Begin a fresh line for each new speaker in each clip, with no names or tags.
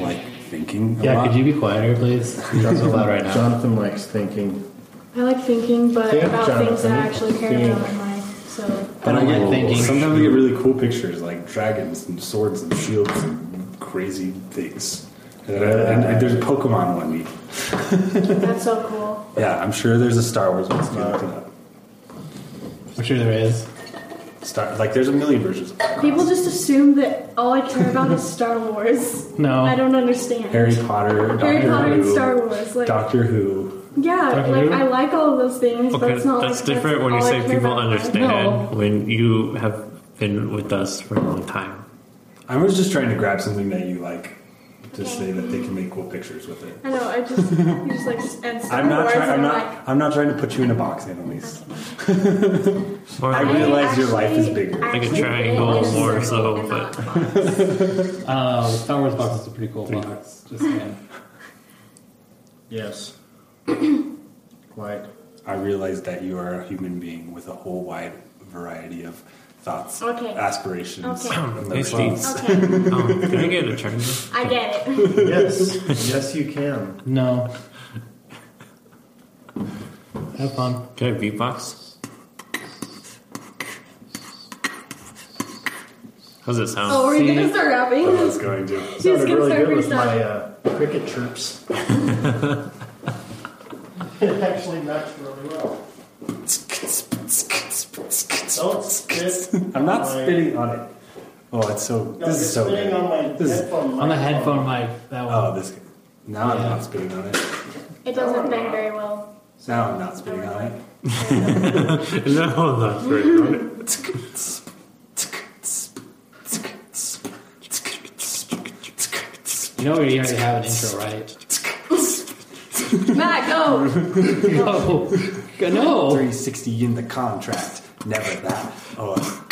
Like thinking. a
Yeah,
lot.
could you be quieter, please? You're so loud right now.
Jonathan likes thinking.
I like thinking, but
Yeah,
about things that I actually care
Jonathan.
about in life. So
I don't like thinking.
Sometimes we get really cool pictures, like dragons and swords and shields and crazy things. And, and- and there's a Pokemon one. we-
that's so cool.
Yeah, I'm sure there's a Star Wars one. So you look it up.
I'm sure there is.
Star, like there's a million versions. of Pokemon.
People just assume that all I care about is Star Wars.
No.
I don't understand.
Harry Potter,
Harry
Doctor
Potter
Who,
and Star Wars, like
Doctor Who.
yeah,
Doctor
like
Who?
I like all of those things, but
Okay,
it's not like
that's different
that's
when you
all I
say
care
people
about in life.
understand when you have been with us for a long time.
I was just trying to grab something that you like to say that they can make cool pictures with it.
No, I know. I just you just like and Star
I'm not.
Wars.
Try- I'm
and
not. I'm not trying to put you in a box, Annalise.
Or
I
like,
really- realize your life is
actually-
bigger.
Like a
actually
triangle
am
more
interested
so,
in
but-
that.
Uh, Star Wars box is a pretty cool box. Just saying.
Yes. Quiet.
I realize that you are a human being with a whole wide variety of thoughts,
Okay.
aspirations,
Okay.
and
Tasty.
emotions.
okay,
um, can I get a turn?
I get it.
Yes. yes, you can.
No. Have fun.
Can I beatbox? How's it sound?
Oh, are you gonna start rapping?
I was going to.
She's
Sounded
gonna
really
start
good with my
freestyling.
uh, cricket chirps. it actually matched really well. Don't spit.
I'm not
on my-
spitting on it. Oh, it's so.
No,
this
you're
is so
spitting
good.
on my
This is-
headphone.
On the
microphone.
headphone mic, that one.
Oh, this. Now I'm
Yeah.
not spitting on it.
It doesn't bang very well.
Now I'm not spitting on it.
no, that's right.
You know we already have an intro, right?
Matt, go.
No. No.
360 in the contract. Never that. Oh,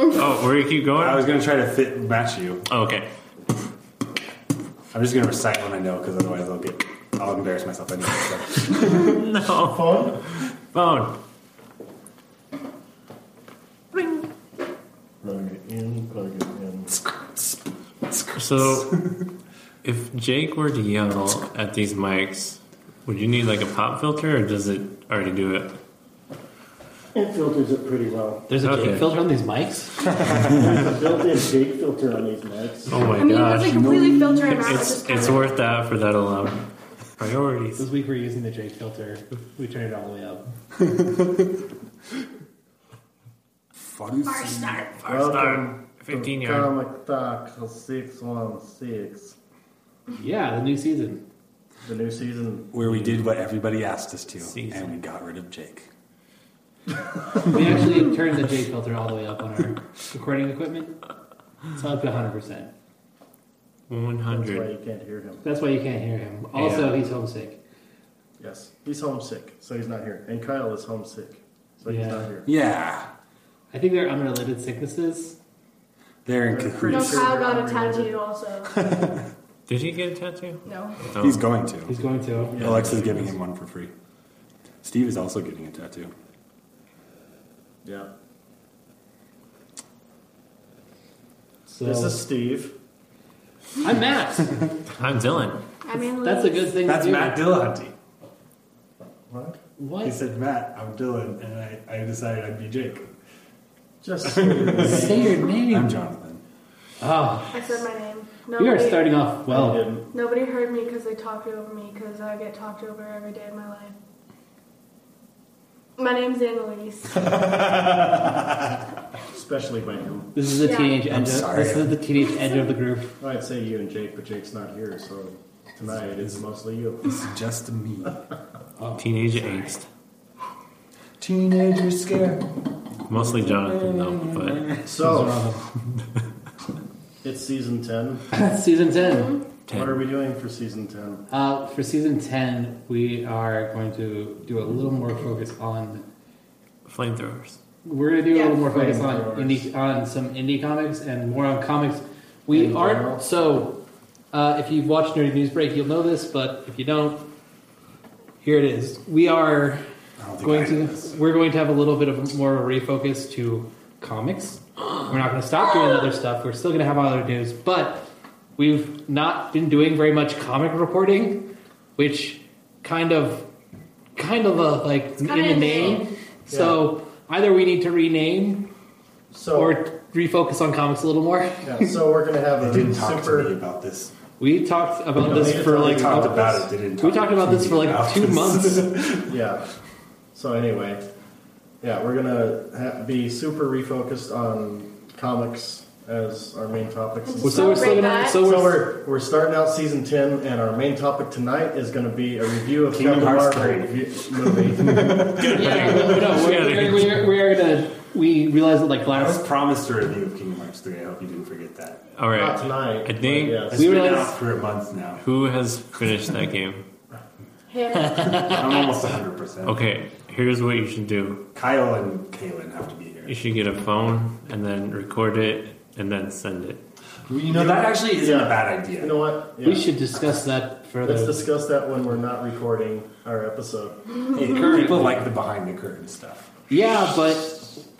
Oh, where you keep
I
going?
was gonna try to fit match you.
Oh, okay.
I'm just gonna recite when I know, because otherwise I'll get. I'll embarrass myself anyway. so.
No.
Phone?
Phone.
Plug it in, plug it in.
So, if Jake were to yell at these mics, would you need like a pop filter or does it already do it?
It filters it pretty well.
There's a
Okay.
Jake filter on these mics?
There's a built-in shake filter on these mics.
Oh my
I mean, it
gosh.
doesn't completely filter him out.
It's,
just
it's
kinda-
worth that for that alone. Priorities.
This week we're using the Jake filter. We turned it all the way up.
Fire start.
First start. 15 yard.
Comic Talk 616.
Yeah, the new season.
The new season.
Where we did what everybody asked us to,
Season.
and we got rid of Jake.
We actually turned the Jake filter all the way up on our recording equipment. It's up to 100%.
That's why
100.
you can't hear him.
That's why you can't hear him. Also, he's homesick.
Yes. He's homesick, so he's not here. And Kyle is homesick, so he's
Yeah.
not here.
Yeah,
I think they're unrelated sicknesses.
they're in
They're
No,
cahoots.
sure
Kyle got a
we're not
tattoo also.
Did he get a tattoo?
No.
No.
He's going to.
He's going to.
Yeah.
Alexa's giving him one for free. Steve is also getting a tattoo.
Yeah.
So,
This is Steve.
I'm Matt.
I'm Dylan.
I mean,
That's a good thing
That's
to do.
Matt Dillahunty.
What?
He
What?
said, Matt, I'm Dylan, and I, I decided I'd be Jake.
Just say your name.
Say your
I'm
name.
Jonathan.
Oh,
I said my name.
we
Nobody,
are starting off
Well,
well.
Nobody heard me because they talked over me because I get talked over every day of my life. My name's Annalise.
especially by him.
This is the
Yeah.
teenage
I'm
edge. Of,
sorry.
this is the teenage edge of the group.
Well, I'd say you and Jake, but Jake's not here, so tonight it's mostly you.
It's just me.
Teenage angst.
Teenager scare.
Mostly Jonathan, though,
So, it's season 10.
season ten.
but
What are
10.
we doing for season 10?
Uh, for season ten, we are going to do a little more focus on
Flamethrowers.
we're gonna do a
Yeah.
little more focus on
Flamethrowers.
indie on some indie comics and more on comics. We
In
are
general.
so. Uh, if you've watched Nerdy News Break, you'll know this, but if you don't, here it is. We are
I don't think
going
I
to
did this.
we're going to have a little bit of more of a refocus to comics. We're not going to stop doing other stuff. We're still going to have other news, but we've not been doing very much comic reporting, which kind of kind of a, like in
kinda
the
in the
name.
name.
So either we need to rename
So
or refocus on comics a little more.
yeah, so we're gonna have
They
a
didn't talk
super.
to me about this.
We talked about
No,
this
they
for
They
like
totally
talked
a-
about it. They didn't.
we
talk
talked about
to
this
me
for like
about
two
this.
months.
Yeah. So anyway, yeah, we're gonna ha- be super refocused on comics as our main topics.
Well,
Well, so we're still
Celebrate
gonna
that.
so
So
we're,
we're we're starting out season ten, and our main topic tonight is going to be a review of
Kingdom
Captain
Hearts
Marvel v- movie.
yeah, no, no, we're, we're, we're, we're gonna we realize that like
I
last
was promised a review of Kingdom Hearts 3. I hope you didn't forget that.
All
Not
right.
tonight.
I
but
think-
It's
yes.
We
been
realized-
out for a month now.
Who has finished that game?
Him.
I'm almost 100%.
Okay, here's what you should do.
Kyle and Kaylin have to be
You
here.
should get a phone and then record it and then send it.
You know, that actually isn't
Yeah.
a bad idea.
You know what?
we
Yeah.
should discuss that further.
Let's discuss that when we're not recording our episode.
Hey, people like the behind the curtain stuff.
yeah, but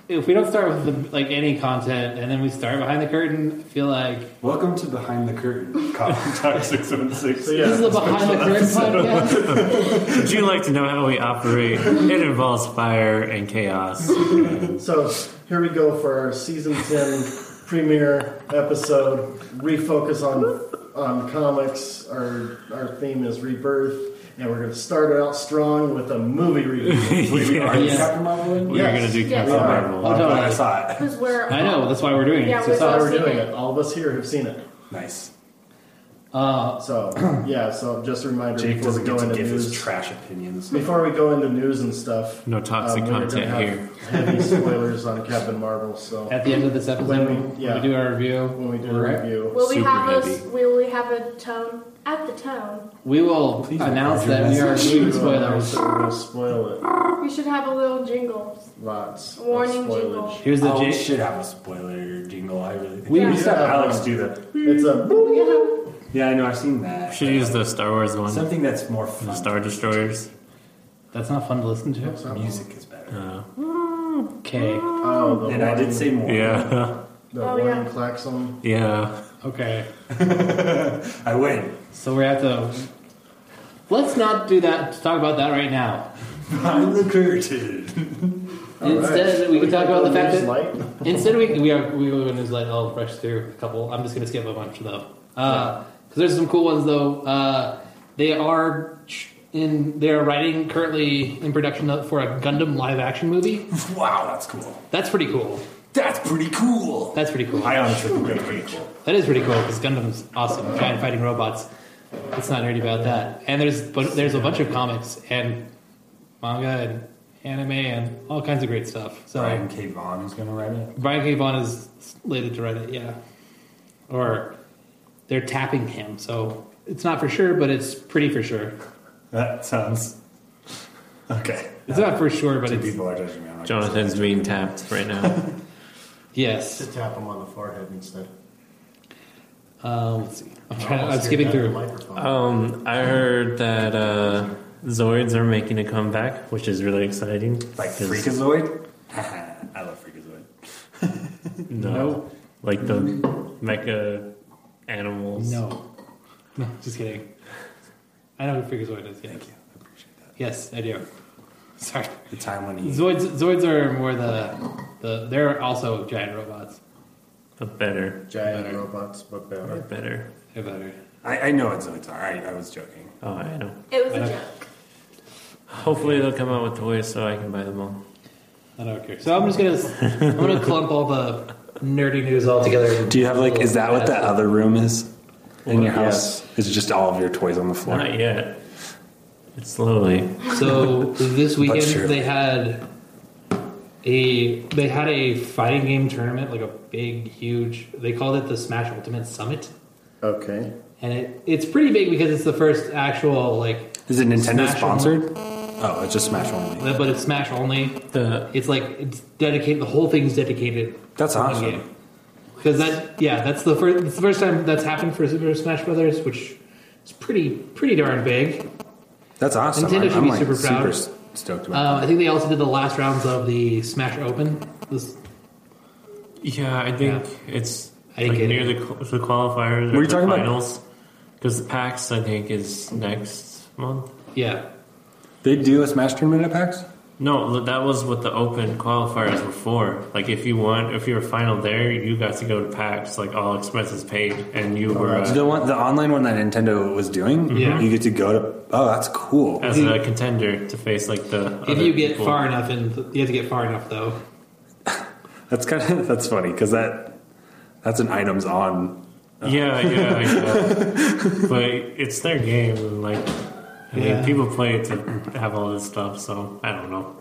if we don't start with the, like any content and then we start behind the curtain, I feel like
Welcome to Behind the Curtain, Coffee Talk
So
616.
yeah,
this is the behind the curtain podcast.
Would you like to know how we operate? It involves fire and chaos.
So here we go for our season ten premiere episode. Refocus on on comics. Our our theme is rebirth, and we're going to start it out strong with a movie review.
Wait, we are
Yeah.
Captain Marvel in?
We are going to do
Yes.
Captain
Yeah.
Marvel.
Well, I'm glad I
totally.
saw it.
Because we're.
I know that's why we're doing it.
Yeah,
It's
we're
just-
That's how we're
I've seen
doing
it.
it. All of us here have seen it.
Nice.
uh,
So yeah, so just a reminder
Jake
before we
doesn't
go
get to
into
give his
news.
trash opinions.
before we go into news and stuff,
No toxic
um, we're gonna
content
have
here.
Heavy spoilers on Captain Marvel. So
at the end of this episode,
When we-
when we,
yeah.
do our review,
when we do
we're-
a review,
Will we
Super
have us?
heavy.
Will we have a tone at the tone?
we will
Please
announce
record your
that we are
message.
doing
Otherwise,
spoilers.
We're gonna spoil it
We should have a little jingle.
lots. of
Warning
spoilage.
jingle.
Here's the
oh, we
J-
should have a spoiler jingle. I really think
We
should
should
have
Alex
one.
do that.
It's a
Yeah.
Yeah, I know. I've seen that.
Should use the Star Wars one.
something that's more fun.
The Star Destroyers.
That's not fun to listen to.
Music is better.
Uh,
Okay,
Oh, the
and I
warning-
did say more.
yeah.
the
Oh,
warning
yeah.
klaxon.
Yeah.
okay.
I win.
So we're at the. Let's not do that. Talk about that right now.
Behind the curtain.
All
Instead,
right.
we can talk about the fact
News
that
light.
instead we we are we will news light. I'll rush through a couple. I'm just gonna skip a bunch though, because there's some cool ones though. Uh, they are ch- in they are writing currently in production for a Gundam live action movie.
wow, that's cool.
That's pretty cool.
That's pretty cool.
That's pretty cool.
I honestly think that's pretty cool.
That is pretty cool because Gundam's awesome. Giant fighting robots. It's not nerdy about that. And there's but there's a bunch of comics and manga and anime and all kinds of great stuff. So
Brian K. Vaughn is going to write it.
Brian K. Vaughan is slated to write it, yeah. Or they're tapping him, so it's not for sure, but it's pretty for sure.
That sounds okay.
It's not for sure, but
Two
it's
people are judging me. I'm not gonna say
Jonathan's being tapped right now.
yes.
Just tap him on the forehead instead.
Uh, let's see. I'm, trying, I'm
Almost
skipping
hit that
through.
microphone.
Um, I heard that uh, Zoids are making a comeback, which is really exciting.
it. like
'cause-
Freakazoid. I love Freakazoid.
No.
No.
Like the mecha animals.
No. No, just kidding. I know who figures what it is, yeah.
Thank you. I appreciate that.
Yes, I do. Sorry.
The time when he
Zoids, Zoids are more the, the they're also giant robots.
But better.
Giant robots, but better.
Better.
They're better.
I, I know what Zoids are. I, I was joking.
Oh, I know.
It was a
Okay.
joke.
Hopefully they'll come out with toys so I can buy them all.
I don't care. So I'm just gonna I'm gonna clump all the nerdy news all together.
Do you have like? Is that what that other room is in your
Yes.
house? Is it just all of your toys on the floor?
Not yet. It's slowly.
So this weekend
But surely.
they had a they had a fighting game tournament, like a big, huge. They called it the Smash Ultimate Summit,
Okay.
and it it's pretty big because it's the first actual like
Is it Nintendo
Smash
sponsored? Oh, it's just Smash only.
But it's Smash only.
The
It's like it's dedicated. The whole thing's dedicated.
That's
to one
awesome.
game. Because that, yeah, that's the first. It's the first time that's happened for Super Smash Brothers, which is pretty pretty darn big.
That's awesome.
Nintendo
I'm,
should
I'm
be
like
super
super
proud.
s- stoked about.
Um, I think they also did the last rounds of the Smash Open. This,
yeah, I think it's
I didn't
like
get
near
it.
the, qu- the qualifiers.
Were
or
you
the
talking about-
finals. Because the PAX, I think, is next month.
yeah,
it. They do a Smash tournament at PAX.
No, l- that was what the open qualifiers were for. Like, if you won, if you were final there, you got to go to PAX, like all expenses paid, and you
Oh,
were uh,
the one, the online one that Nintendo was doing.
Mm-hmm. Yeah.
you get to go to. Oh, that's cool.
as a contender to face like the.
if
other
you get
people.
far enough, and you have to get far enough though.
That's kind of that's funny because that that's an items on.
Yeah, yeah, I know. but it's their game, and like, I mean,
Yeah.
people play it to have all this stuff. So I don't know.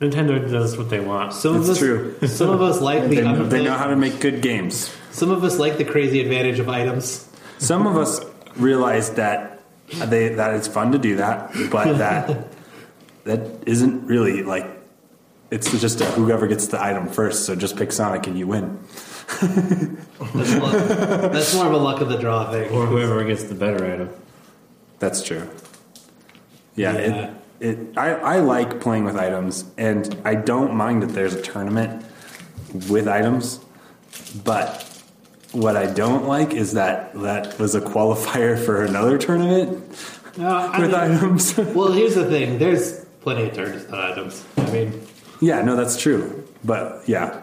Nintendo does what they want.
Some
It's
of us,
true.
Some of us like
They,
the other
they know
thing-
how to make good games.
Some of us like the crazy advantage of items.
Some of us realize that they that it's fun to do that, but that that isn't really like it's just a, whoever gets the item first. So just pick Sonic and you win.
That's, luck. That's more of a luck of the draw thing.
Or whoever gets the better item.
That's true. Yeah,
Yeah.
it, it I, I like playing with items and I don't mind that there's a tournament with items, but what I don't like is that that was a qualifier for another tournament
No, I
with
mean-
items.
well, here's the thing. There's plenty of turns on items. I mean,
yeah, no, that's true. But yeah.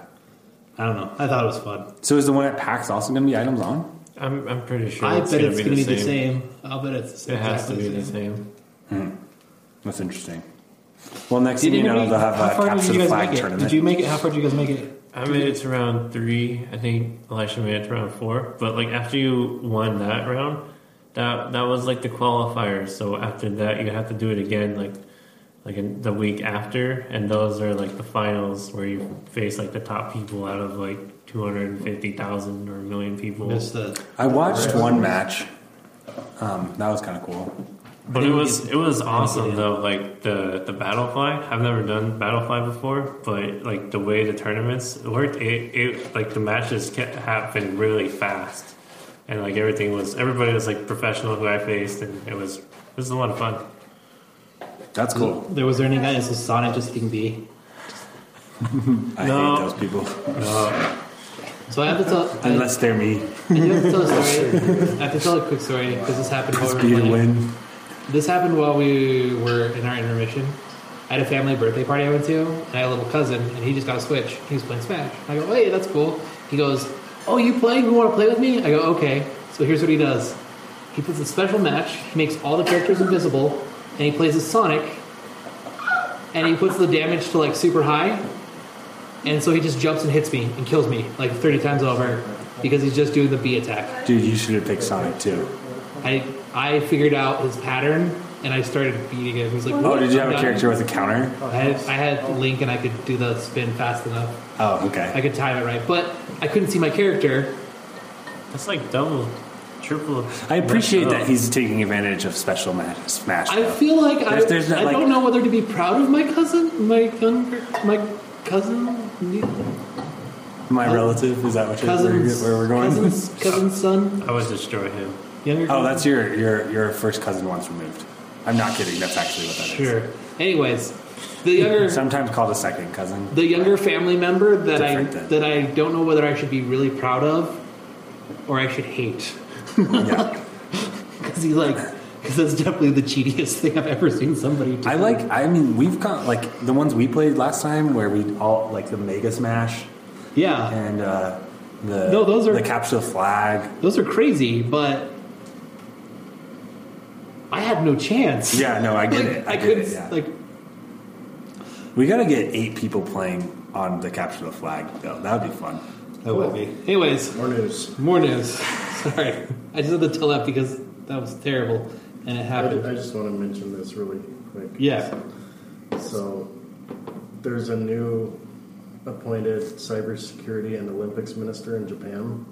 I don't know. I thought it was fun.
So is the one at PAX also gonna be items on?
I'm, I'm pretty sure.
I
it's
bet
gonna
it's
be
going to
the
be the
same.
same. I'll bet it's
It has to
exactly
be the same.
That's interesting. Well next
Did
thing you
anybody-
know they'll
how
have a
far did
capture
you
the
guys
flag
make it?
tournament.
Did you make it? How far did you guys make it?
I made it to round three. I think Elisha made it to round four. But like after you won that round, that that was like the qualifier. So after that, you have to do it again, like like in the week after, and those are like the finals where you face like the top people out of like two hundred and fifty thousand or a million people.
Just the
I watched one match. Um, that was kinda cool.
But it was it was awesome though, like the the Battlefly. I've never done Battlefly before, but like the way the tournaments worked, it, it like the matches kept happening really fast, and like everything was everybody was like professional who I faced, and it was it was a lot of fun.
That's cool.
there was there any guy that says Sonic just being B.
I
No.
hate those people.
So I have to tell. I,
Unless they're me.
I do have to tell a story. I have to tell a quick story because this happened while we were playing.
win.
This happened while we were in our intermission. I had a family birthday party I went to, and I had a little cousin, and he just got a Switch. He was playing Smash. I go, hey, that's cool. He goes, oh, you playing? You want to play with me? I go, okay. So here's what he does. He puts a special match. He makes all the characters invisible, and he plays as Sonic. And he puts the damage to like super high, and so he just jumps and hits me and kills me like 30 times over because he's just doing the B attack.
Dude, you should have picked Sonic too.
I I figured out his pattern and I started beating him. He's like,
Oh,
"What?
did you
I'm
have a
done."
character with a counter?
I had, I had Link and I could do the spin fast enough.
Oh,
I
okay.
could time it right, but I couldn't see my character.
That's like double, triple.
I appreciate that he's taking advantage of special match, Smash.
I
though.
feel like I,
There's- there's not,
I
like-
don't know whether to be proud of my cousin, my younger, my cousin,
My relative is that what you're,
cousins,
where we're going?
cousins, cousin's son,
I would destroy him.
younger.
Oh,
cousin?
that's your your your first cousin once removed. I'm not kidding. That's actually what that is.
sure. Anyways, the younger
Sometimes called a second cousin.
the younger family member that I
Different then.
that I don't know whether I should be really proud of or I should hate
yeah.
because he like because that's definitely the cheatiest thing I've ever seen somebody do.
I like. I mean, we've got like the ones we played last time where we all like the Mega Smash
yeah,
and uh, the
No, those are-
the capture the flag.
those are crazy, but I had no chance.
Yeah, no, I get
like,
it. I,
I,
get
could
it. Yeah.
like
we gotta get eight people playing on the capture the flag though. That would be fun.
that would be. Anyways,
More news.
more news. Sorry, I just had to tell that because that was terrible and it
I,
happened.
I just want to mention this really quick.
Yeah,
So there's a new appointed cybersecurity and Olympics minister in Japan,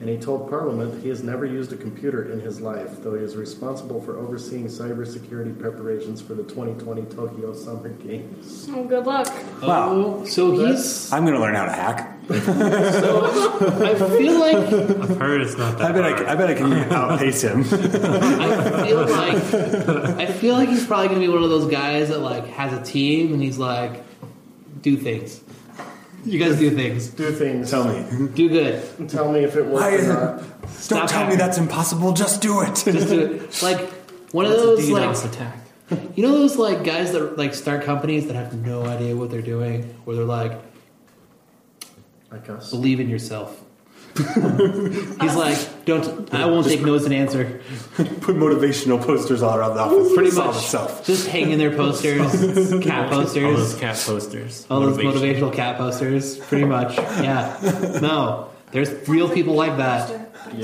and he told Parliament that he has never used a computer in his life, though he is responsible for overseeing cybersecurity preparations for the 2020 Tokyo Summer Games.
Oh, good luck.
Wow.
Oh, so he's.
I'm going to learn how to hack.
I feel like.
I've heard it's not that
I bet I,
hard.
c- I bet I can outpace him.
I feel like. I feel like he's probably gonna be one of those guys that like has a team and he's like, do things. You guys do things.
Do things.
Tell me.
Do good.
Tell me if it worked
Why
or
is it-
not.
Don't
uh, Stop
tell me
hacking.
that's impossible. Just do it.
Just do it. Like one of
It's a
those like
DDoS attack.
You know those like guys that like start companies that have no idea what they're doing, where they're like,
I guess.
believe in yourself. He's like, don't. I won't take no as an answer.
Put motivational posters all around the office.
Pretty
Solve
much,
itself.
just hang in their posters, cat
All those
posters,
cat posters.
all those
Motivation.
motivational cat posters. Pretty much, yeah. No, there's real people like that.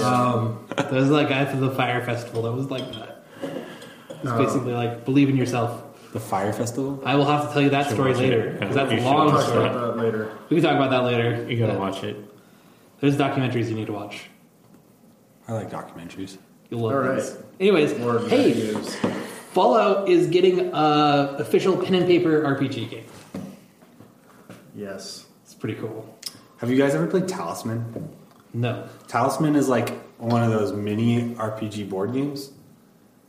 Um, there's that guy from the fire festival that was like that. It's basically like believe in yourself.
The fire festival.
I will have to tell you that
Should
story
watch it.
later because
Yeah,
that's
you
a
should
long
watch
Talk
story.
that.
about that later.
We can talk about that later.
You gotta
Yeah.
watch it.
There's documentaries you need to watch.
I like documentaries.
You'll love
All right.
these. Anyways,
More
hey,
reviews.
Fallout is getting a official pen and paper RPG game.
Yes.
It's pretty cool.
Have you guys ever played Talisman?
No,
Talisman is like one of those mini RPG board games,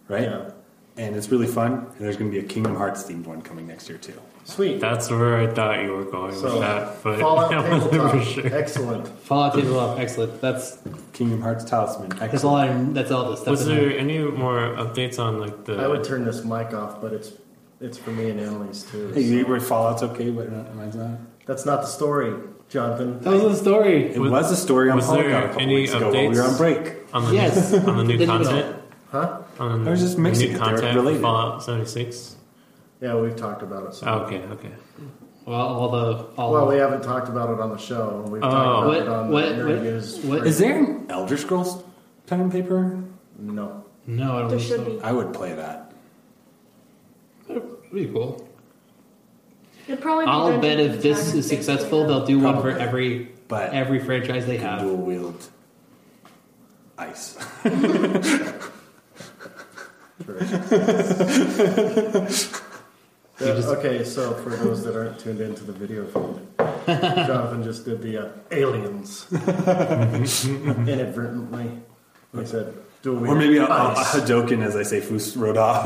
right?
Yeah.
And it's really fun. And there's going to be a Kingdom Hearts themed one coming next year too.
Sweet.
That's where I thought you were going
So,
with that, but
Fallout
I wasn't for
tabletop.
sure.
Excellent.
Fallout Tabletop, excellent. That's
Kingdom Hearts Talisman.
that's
Excellent.
all. I, that's all this stuff.
Was there any more updates on like the?
I would turn this mic off, but it's it's for me and Annalise too.
Hey, you where Fallout's okay, but not- mine's not.
That's not the story, Jonathan.
that was the story.
It
Was-
was a story on
was there
Polygon a couple
any
weeks ago while we were
updates?
on break.
on the
Yes.
new, on the
They
new
did it all.
content.
Huh?
On
I was just
the
mixing
new
it. They're
content for
related.
Fallout seventy six.
Yeah, we've talked about it. So.
Oh, okay, okay.
Well, all the all.
well, we haven't talked about it on the show. We've
Oh.
talked about
Oh. What-
it on
what-
the
what-
interviews.
what-
Is there an Elder Scrolls pen and paper?
no.
no, I don't
There
think
should
so.
be.
I would play that.
That'd be cool.
It'd probably be
I'll
Dungeons
bet
and
if this
Dragons
is
based,
successful,
yeah.
they'll do one for
Probably.
every
But
every franchise they
can
have.
dual wield ice.
True.
You just-
Uh, okay, so for those that aren't tuned into the video feed, Jonathan just did the uh, aliens inadvertently. He said, "Do we?"
or maybe a, a, a
ice."
Hadoken as I say Fus Roda.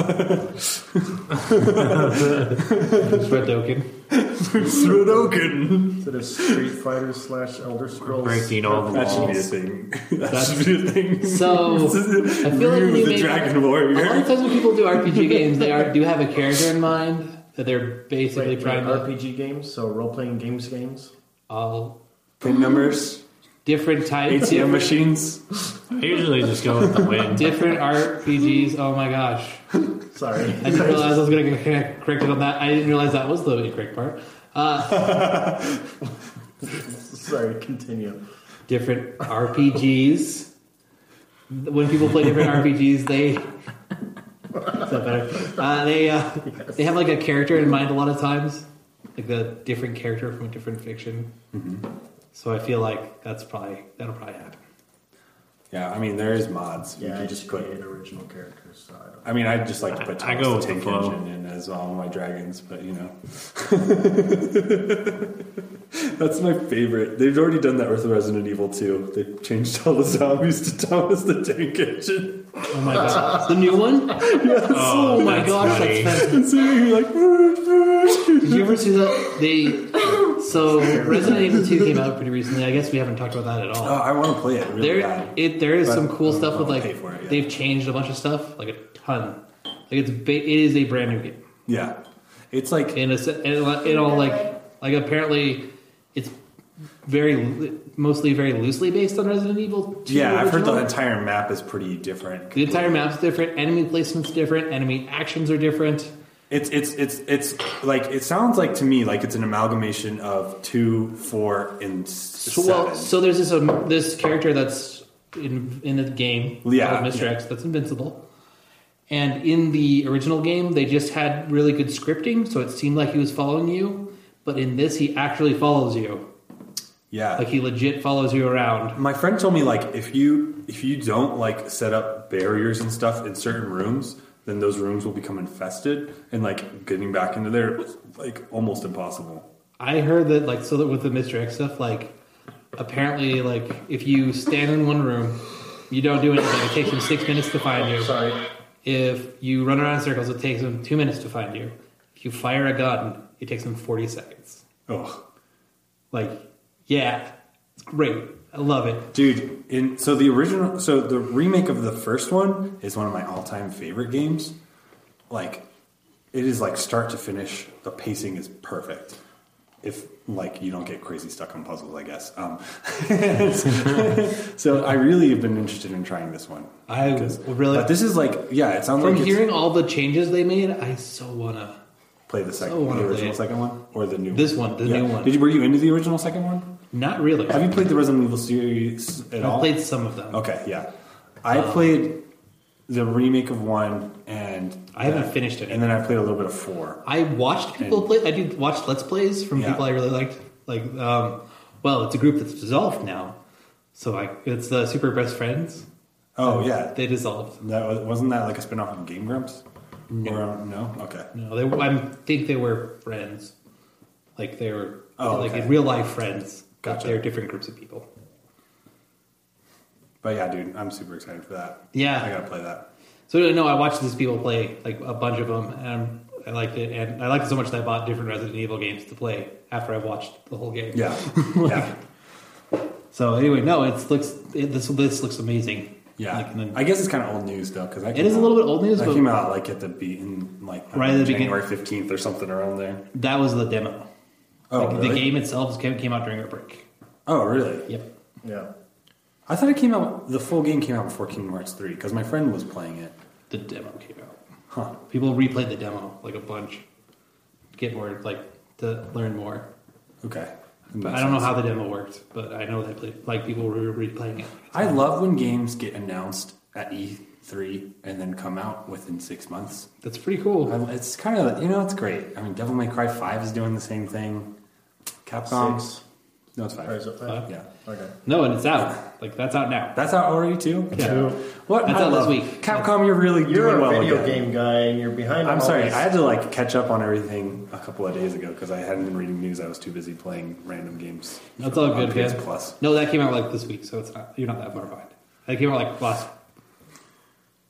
Red Token.
Fus Rodoken.
Instead of Street Fighter slash Elder Scrolls.
Breaking all the
That should be a
walls.
thing. That
That's-
should be a thing.
So, I feel like
Ryu
we
the
made-
Dragon
A lot
Warrior.
of times when people do RPG games, they are, do have a character in mind that they're
Wait,
basically
wait,
trying to
RPG games, so role playing games games.
all
Pin numbers,
different types,
ATM
different,
machines.
I usually just go with the wind.
different RPGs. Oh my gosh,
Sorry,
I didn't realize I was going to get correct- corrected on that. I didn't realize that was the incorrect part. Uh,
sorry. Continue.
different RPGs. When people play different RPGs, they. Is that better? Uh, they uh, they have like a character in mind a lot of times, like the different character from a different fiction. So I feel like that's probably that'll probably happen.
Yeah, I mean there is mods. You
Yeah,
can
I
just
just
put.
create original characters. So I don't.
I mean, I'd just like to put
I- I
Thomas
go
the
with
Tank
the flow.
Engine in as all my dragons, but you know, that's my favorite. They've already done that with Resident Evil 2. They've changed all the zombies to Thomas the Tank Engine.
Oh my god, the new one! Oh, my
that's
gosh,
funny.
that's fantastic.
And so you're like, "Vroom, vroom."
Did you ever see that? They so Resident Evil Two came out pretty recently. I guess we haven't talked about that at all.
oh, I want to play it really
There,
bad.
it there is
But
some cool
I'll-
stuff with
I'll
like
pay for it, yeah.
they've changed a bunch of stuff, like a ton. Like it's ba- it is a brand new game,
Yeah, it's like
and it's and it, it all like like apparently it's very lo- mostly very loosely based on Resident Evil. 2
yeah. I've heard the
original.
entire map is pretty different.
The entire map's different, enemy placement's different, enemy actions are different.
It's it's it's it's like it sounds like to me like it's an amalgamation of two, four, and s-
So,
seven.
well, so there's this um, this character that's in in the game,
Yeah,
called Mr.
yeah.
X, that's invincible. And in the original game, they just had really good scripting, so it seemed like he was following you. But in this, he actually follows you.
Yeah.
Like he legit follows you around.
My friend told me like if you if you don't like set up barriers and stuff in certain rooms, then those rooms will become infested and like getting back into there was like almost impossible.
I heard that like so that with the Mr. X stuff, like apparently like if you stand in one room, you don't do anything, it takes them six minutes to find you.
Sorry.
If you run around in circles, it takes them two minutes to find you. If you fire a gun, it takes them forty seconds.
Oh,
Like, yeah, it's great. I love it.
dude! In so the original, so the remake of the first one is one of my all time favorite games. Like, it is like start to finish. The pacing is perfect. If like you don't get crazy stuck on puzzles, I guess. Um, so I really have been interested in trying this one.
I
Because-
really
But this is like, yeah, it sounds
from
like
hearing all the changes they made, I so wanna.
it's play the second,
Oh,
the
wanna play
original
it.
second one or the new
This
one.
one, the new one.
Did you were you into the original second one?
Not really.
Have you played the Resident Evil series at
I've
all?
played some of them.
Okay, yeah, I
Um,
played the remake of one, and
I haven't finished it.
And then I played a little bit of four.
I watched people
And-
play. I did watch let's plays from
Yeah.
people I really liked. Like, um, well, it's a group that's dissolved now, so I it's the Super Best Friends.
Oh yeah,
They dissolved.
that was, wasn't that like a spin off of Game Grumps? No, or, no, okay.
No, they. I think they were friends. Like they were
Oh,
like
okay.
in real life friends. but
Gotcha.
They're different groups of people.
But yeah, dude, I'm super excited for that.
Yeah.
I gotta play that.
So no, I watched these people play like a bunch of them, and i I liked it. And I liked it so much that I bought different Resident Evil games to play after I watched the whole game.
Yeah, yeah.
So anyway, no, it looks it, this this looks amazing.
Yeah,
Like, and then-
I guess it's kind of old news though because
It is a little bit old news,
I
but-
came out like at the be in like I
Right
don't
at the
know,
beginning.
January fifteenth or something around there.
that was the demo.
Oh,
Like,
really?
The game itself came, came out during our break.
Oh, really?
Yep.
Yeah.
I thought it came out. The full game came out before Kingdom Hearts three because my friend was playing it.
The demo came out.
Huh?
People replayed the demo like a bunch. to Get more like to learn more.
Okay.
I don't know how the demo worked, but I know they played like people were replaying it.
I love when games get announced at E three and then come out within six months.
That's pretty cool.
I- It's kind of you know it's great. I mean, Devil May Cry five is doing the same thing. Capcom.
Six.
No, it's Um, five.
Or is it five?
Five.
Yeah.
Okay.
No, and it's out. Like that's out now.
That's out already too.
Yeah.
What?
That's
I
out this
love-
week.
Capcom, you're really
You're
doing
a
well
video
again.
game guy, and you're behind.
I'm
all
sorry,
this-
I had to like catch up on everything a couple of days ago because I hadn't been reading news. I was too busy playing random games.
That's all
on
good,
PS
man.
Plus.
No, that came out like this week, so it's not. You're not that far behind. That came out like last.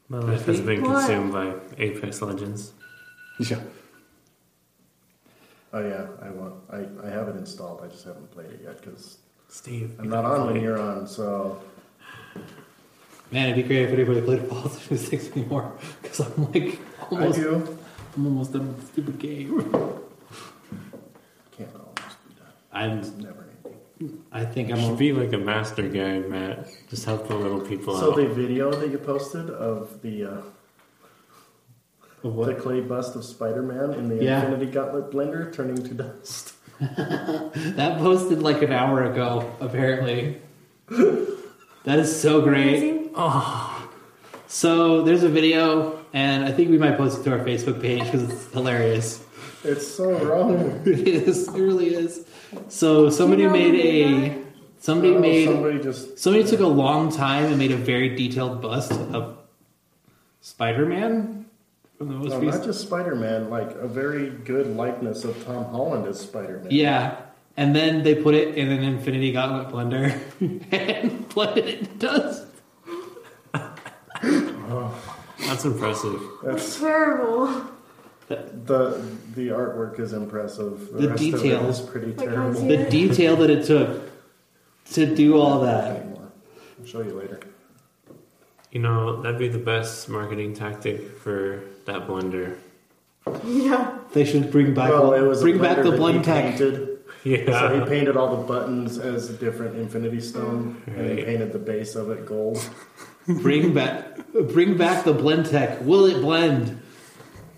My life has been
What?
consumed by Apex Legends.
Yeah.
Oh yeah, I want. I, I have it installed. I just haven't played it yet because
Steve,
I'm not on when you're on. So
Man, it'd be great if anybody played Fallout 76 anymore, because I'm like
I
almost,
do.
I'm almost done with the stupid game.
Can't almost be done.
I'm
It's never ending.
I think
You
I'm.
should be like a master guy, Matt. Just help the little people
So
out.
the video that you posted of the uh, the clay bust of Spider-Man in the
Yeah.
Infinity Gauntlet blender turning to dust.
that posted like an hour ago, apparently. that is so great.
Amazing.
So there's a video, and I think we might post it to our Facebook page because it's hilarious.
It's so wrong.
It is. It really is. So somebody
know the
made a.
guy?
Somebody
Oh,
made.
somebody just
Somebody took a long time and made a very detailed bust of Spider-Man from the most
no,
recent.
not just Spider-Man, like a very good likeness of Tom Holland as Spider-Man.
Yeah. And then they put it in an Infinity Gauntlet blender and blended it in dust.
That's impressive.
That's terrible.
The the artwork is impressive. The,
The
rest
detail.
of it is pretty
Like,
terrible.
I
The detail that it took to do all that.
Anymore. I'll show you later.
You know, that'd be the best marketing tactic for that blender.
Yeah.
They should bring back
Well, it was a
bring back
blender
the
that he
blend tech.
painted. So he
Yeah.
painted all the buttons as a different Infinity Stone, and he
Right.
painted the base of it gold.
Bring back bring back the blend tech. Will it blend?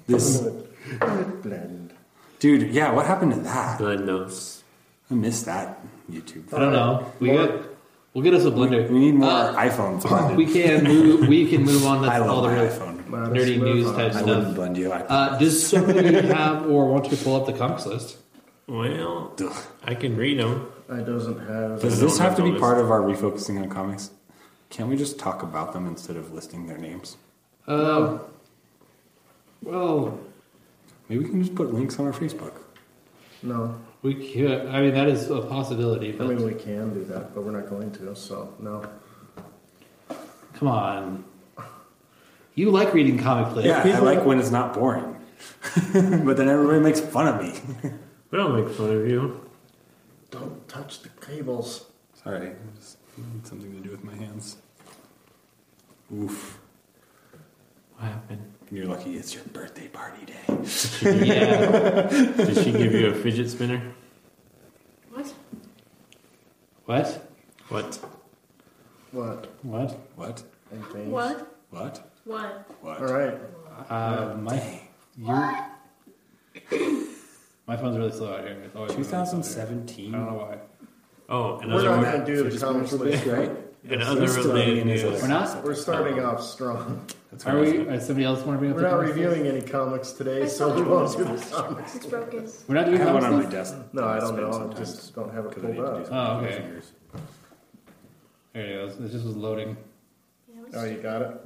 This
Blend.
dude, yeah. What happened to that?
Blood notes.
I missed that YouTube.
I don't know. We got we'll get us a blender.
We need more
Uh,
iPhones. Blended.
we can move we can move on.
I
That's all
love
the
my
real
iPhone.
Not a
nerdy
smooth
news
on.
type
I
stuff.
wouldn't blend you. I,
Uh, does somebody have or want to pull up the comics list?
Well,
Ugh.
I can read them.
I doesn't have.
Does
I
this
don't
have to
know
be
this.
part of our refocusing on comics? Can't we just talk about them instead of listing their names?
Um, well,
Maybe we can just put links on our Facebook.
No,
we could. I mean, that is a possibility.
I
But
mean we can do that, but we're not going to. So no.
come on, you like reading comic lit?
Yeah, I
people-
like when it's not boring. but then everybody makes fun of me.
We don't make fun of you.
Don't touch the cables.
Sorry, I just need something to do with my hands. Oof.
What happened?
You're lucky it's your birthday party day.
yeah.
Did she give you a fidget spinner?
What?
What?
What?
What?
What?
What?
And things.
What?
What?
What?
What?
All right.
Uh, my you. My phone's really slow out here. It's always really slow out here.
2017.
I don't know why.
Oh,
We're
another
not
one.
going to do the comics list.
right?
Another
Still
related
in his
news.
We're not.
We're starting off strong.
That's
Are we? Is somebody else want to bring up?
We're
the
not
comics?
reviewing any comics today,
I
so
thought
we
it
won't
was
do the
first.
comics.
It's broken.
We're not
I
doing
have one
comics.
on my
list?
desk.
No, I don't
Spend
know.
some
I
time
just don't have it
'cause I need
pulled
to do
up.
some
Oh, okay.
figures.
There it goes. This just was loading.
Yeah, it was-
Oh, you got it.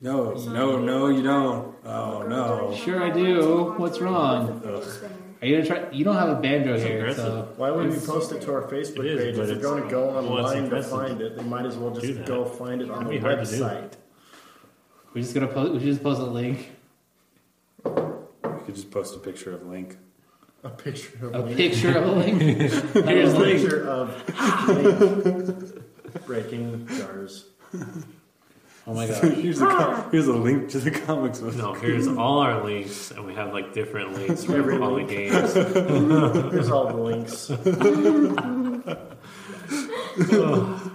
No, no, no, you don't. Oh no.
Sure I do. What's wrong? Are you gonna try? You don't have a banjo
It's
here,
aggressive.
so
Why would we post it to our Facebook
It is,
page
but
if you're
it's-
going to go
well, it's
online to
impressive.
find it? They might as well
Do
just
that.
go find it on the
That'd be hard to do.
website.
we're just gonna post. We should just post a link.
You could just post a picture of Link.
A picture of
A
Link.
picture of a link. Here's
a
link.
picture of Link breaking jars.
Oh my gosh.
here's, a com- here's a link to the comics book.
No, here's all our links, and we have like different links for
Every
all
link.
the games.
Here's all the links. Oh.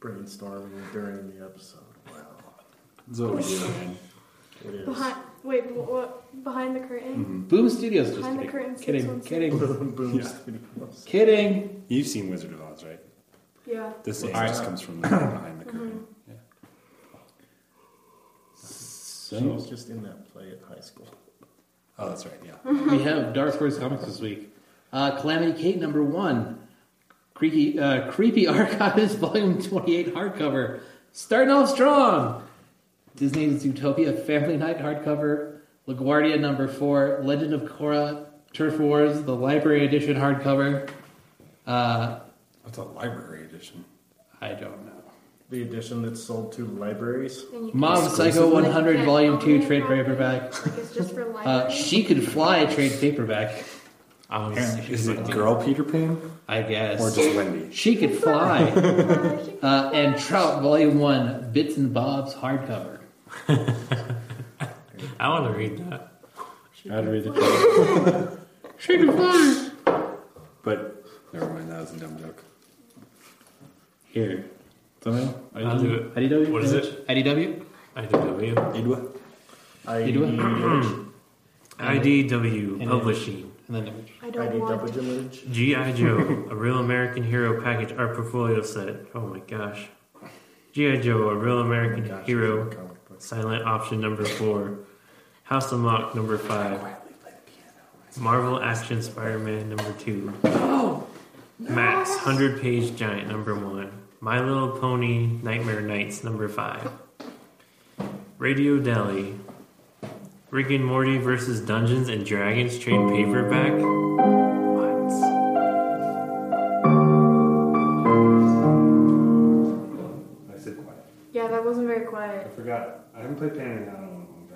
Brainstorming during the episode. Wow,
That's what we do, man.
it is.
Behind, wait, wh- what? Behind the curtain?
Boom Studios. Just
Behind the
kidding.
curtain,
Kidding. Kidding.
616.
Boom
Yeah.
Studios.
Kidding.
You've seen Wizard of Oz, right?
Yeah.
This name
Alright.
just comes from the man behind the curtain. Yeah.
She
So
was just in that play at high school.
Oh, that's right. Yeah.
we have Dark Horse Comics this week. Uh, Calamity Kate number one. Creaky, uh, Creepy Archives Volume 28 hardcover. Starting off strong. Disney's Utopia Family Night hardcover. LaGuardia number four. Legend of Korra Turf Wars, the Library Edition hardcover. Uh,
That's a library edition.
I don't know.
The edition that's sold to libraries.
And you can-
Mob Psycho 100 Volume 2 trade paperback.
Like it's just for life.
Uh, she could fly trade paperback,
I was,
Is it girl Peter Pan
I guess.
or just Wendy?
she could fly. Uh, and Trout Volume 1 Bits and Bobs hardcover.
I want to read that.
I'd read the
She could fly!
But never mind. That was a dumb joke.
Here. Somehow?
I'll do it.
IDW?
What is it?
IDW?
IDW.
Idwa.
I E
do it?
IDW
And-
Publishing.
And then image.
I don't want
IDW image.
G.I. Joe, a real American hero package art portfolio set. Oh my gosh. G.I. Joe, a real American
Gosh,
hero.
it's a comic book.
Silent Option number four. House of Mock number five. Marvel Action Spider Man number two. Max, 100 page giant number one. My Little Pony Nightmare Nights number five. Radio Delhi. Rick and Morty versus Dungeons and Dragons trade paperback. What?
I said quiet.
Yeah, that wasn't very
I
quiet.
forgot. I haven't played Pan in a long time.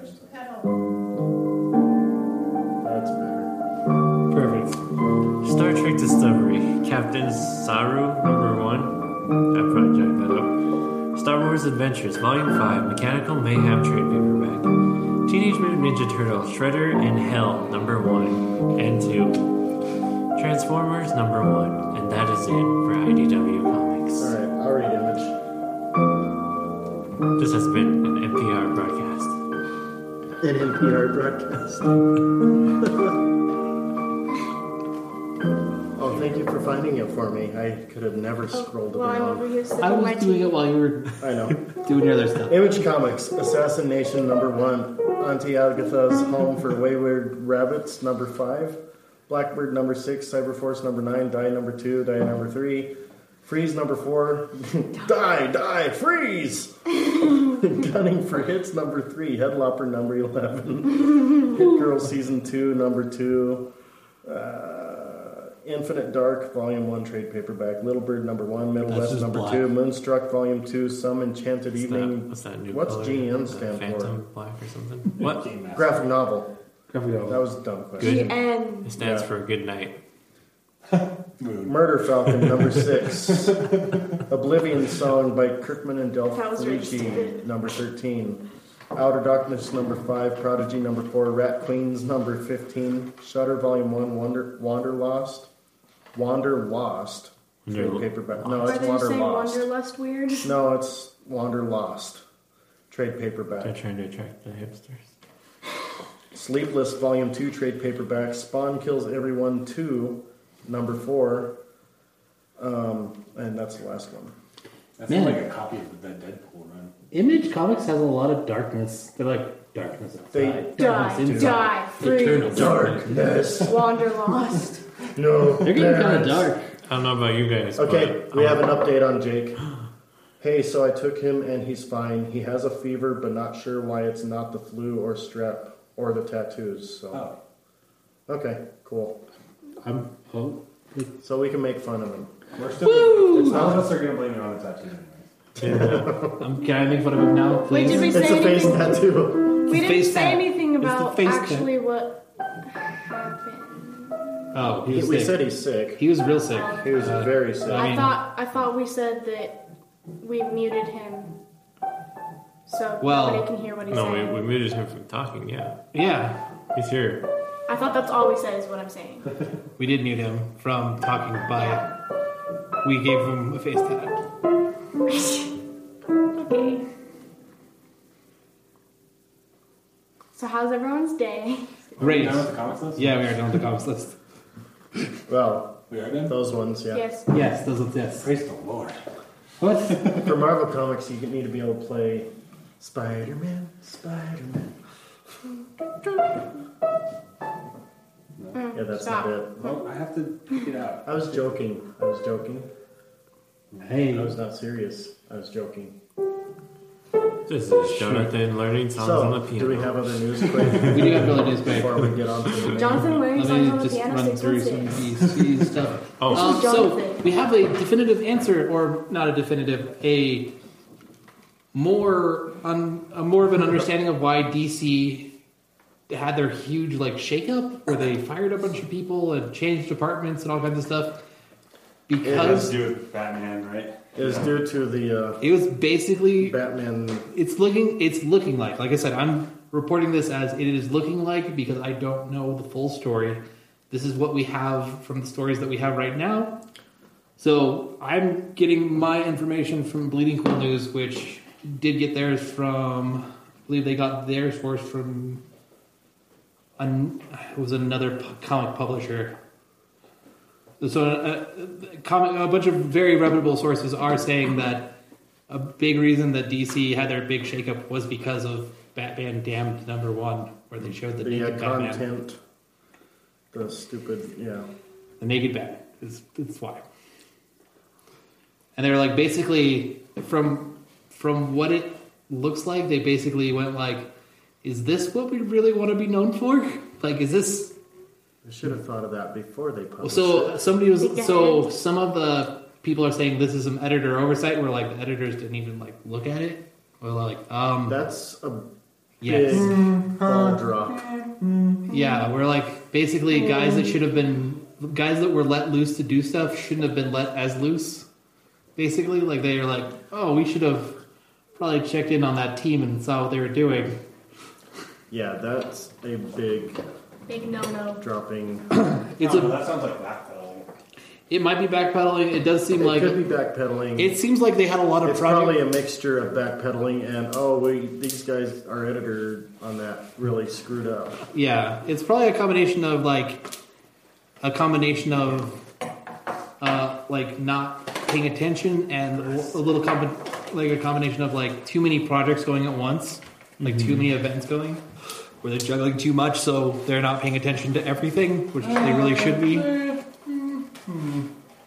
That's better.
Perfect.
Star Trek Discovery. Captain Saru number one. I probably jacked that up. Star Wars Adventures Volume 5 Mechanical Mayhem trade paperback. Teenage Mutant Ninja Turtle Shredder and Hell number one and two. Transformers number one. And that is it for IDW Comics.
All right, I'll read image.
This has been an NPR broadcast.
an NPR broadcast. oh, thank you for finding it for me. I could have never scrolled
Well, I'm over
down.
here sipping
I
my
was
tea.
doing it while you were
I know.
doing your other stuff.
Image Comics, Assassination number one, Auntie Agatha's Home for Wayward Rabbits number five, Blackbird number six, Cyberforce number nine, Die number two, Die number three, Freeze number four, Die, Die, Freeze! Gunning for Hits number three, Headlopper number 11, Hit Girl season two, number two, uh, Infinite Dark volume one trade paperback, Little Bird number one, Middle
That's
West
just
number
black.
two, Moonstruck volume two, Some Enchanted
What's that,
Evening
what's that new
what's
color?
GM
Is that
stand for?
Phantom Black or something. What? It
graphic novel.
Graphic novel.
That was a dumb question.
Good.
GN.
stands
Yeah.
for good night.
Murder Falcon number six. Oblivion Song by Kirkman and Del
That was really
Felici
stupid.
number thirteen. Outer Darkness number five. Prodigy number four. Rat Queens number fifteen. Shutter Volume One. Wander Wander Lost. Wander Lost. Trade
Wander-
paperback. No,
Are
it's
they
Wander
saying
Lost.
Wanderlust weird?
No, it's Wander Lost. Trade
They're
paperback.
trying to attract the hipsters.
Sleepless Volume 2 trade paperback, Spawn Kills Everyone 2, number 4. Um, and that's the last one.
That's
Man.
like a copy of that Deadpool run.
Image Comics has a lot of darkness. They're like darkness outside.
They-
darkness
Die,
inside.
die, free,
Eternal.
Darkness!
Wanderlust.
No.
They're getting kind of dark.
I don't know about you guys.
Okay,
but
we
I'm-
have an update on Jake. Hey, so I took him and he's fine. He has a fever, but not sure why it's not the flu or strep or the tattoos. So,
Oh,
okay, cool.
I'm oh,
So we can make fun of him.
we're still. None of us are gonna blame it on the tattoo anyway.
I'm, can I make fun of him now?
Wait,
Please?
did we
It's
say
a face
anything?
tattoo.
We didn't
face
say
tat.
anything
It's the
about
face tat.
actually what happened.
oh, he was
We
sick.
said he's sick.
he was real sick.
He was
Uh,
very sick.
I
I,
mean-
thought I thought we said that we muted him, so
Well,
nobody can hear what he's
No, we,
saying.
we muted him from talking. Yeah,
Yeah,
he's here.
I thought that's all we said is what I'm saying.
we did mute him from talking by. We gave him a face tag.
okay. So how's everyone's day?
Are we
Great.
done with the comics list?
Yeah, we are done with the comics list.
Well,
We are done?
those ones, yeah.
Yes.
Yes, those are yes.
Praise the Lord.
What?
For Marvel Comics, you need to be able to play Spider Man, Spider Man.
Mm,
Yeah, that's
stop.
not it.
Well, I have to pick it out.
I was joking. I was joking. I
Hey,
was not serious. I was joking.
This is Jonathan learning songs on
So,
the piano.
do we have other news quick
we do have Billy News Break.
before we get on to the main?
Jonathan learning
Let
songs on
me
the
just
piano.
run
six
through
one
some
six.
of these, these stuff.
Oh.
Um, so
Jonathan.
we have a definitive answer, or not a definitive, a more un, a more of an understanding of why DC had their huge like shakeup, where they fired a bunch of people and changed departments and all kinds of stuff,
Let's
because
do it with Batman, right?
It was due to the uh,
it was basically
Batman.
it's looking it's looking like like i said i'm reporting this as it is looking like because i don't know the full story this is what we have from the stories that we have right now so i'm getting my information from bleeding cool news which did get theirs from i believe they got theirs first from an, it was another p- comic publisher so uh, uh, comic, a bunch of very reputable sources are saying that a big reason that DC had their big shakeup was because of Batman Damned number one, where they showed the,
The
naked
uh,
Batman.
content. The stupid, yeah.
The naked Batman. It's, it's why. And they were like, basically, from from what it looks like, they basically went like, is this what we really want to be known for? Like, is this
I should have thought of that before they published
So
it.
somebody was
Big
so
hand.
some of the people are saying this is some editor oversight where like the editors didn't even like look at it. Or like, um
That's a
yes.
big ball drop.
Yeah, we're like basically guys that should have been guys that were let loose to do stuff shouldn't have been let as loose. Basically, like they are like, oh, we should have probably checked in on that team and saw what they were doing.
Yeah, that's a big
Big no no.
dropping.
It's
no,
a
that sounds like backpedaling.
it might be backpedaling. It does seem
It
like
could be backpedaling.
it seems like they had a lot of
It's
project-
probably a mixture of backpedaling and oh, we these guys, our editor on that really screwed up.
Yeah, it's probably a combination of like a combination of uh, like not paying attention and a little combi- like a combination of like too many projects going at once, like too many events going, where they're juggling too much, so they're not paying attention to everything, which they really should be.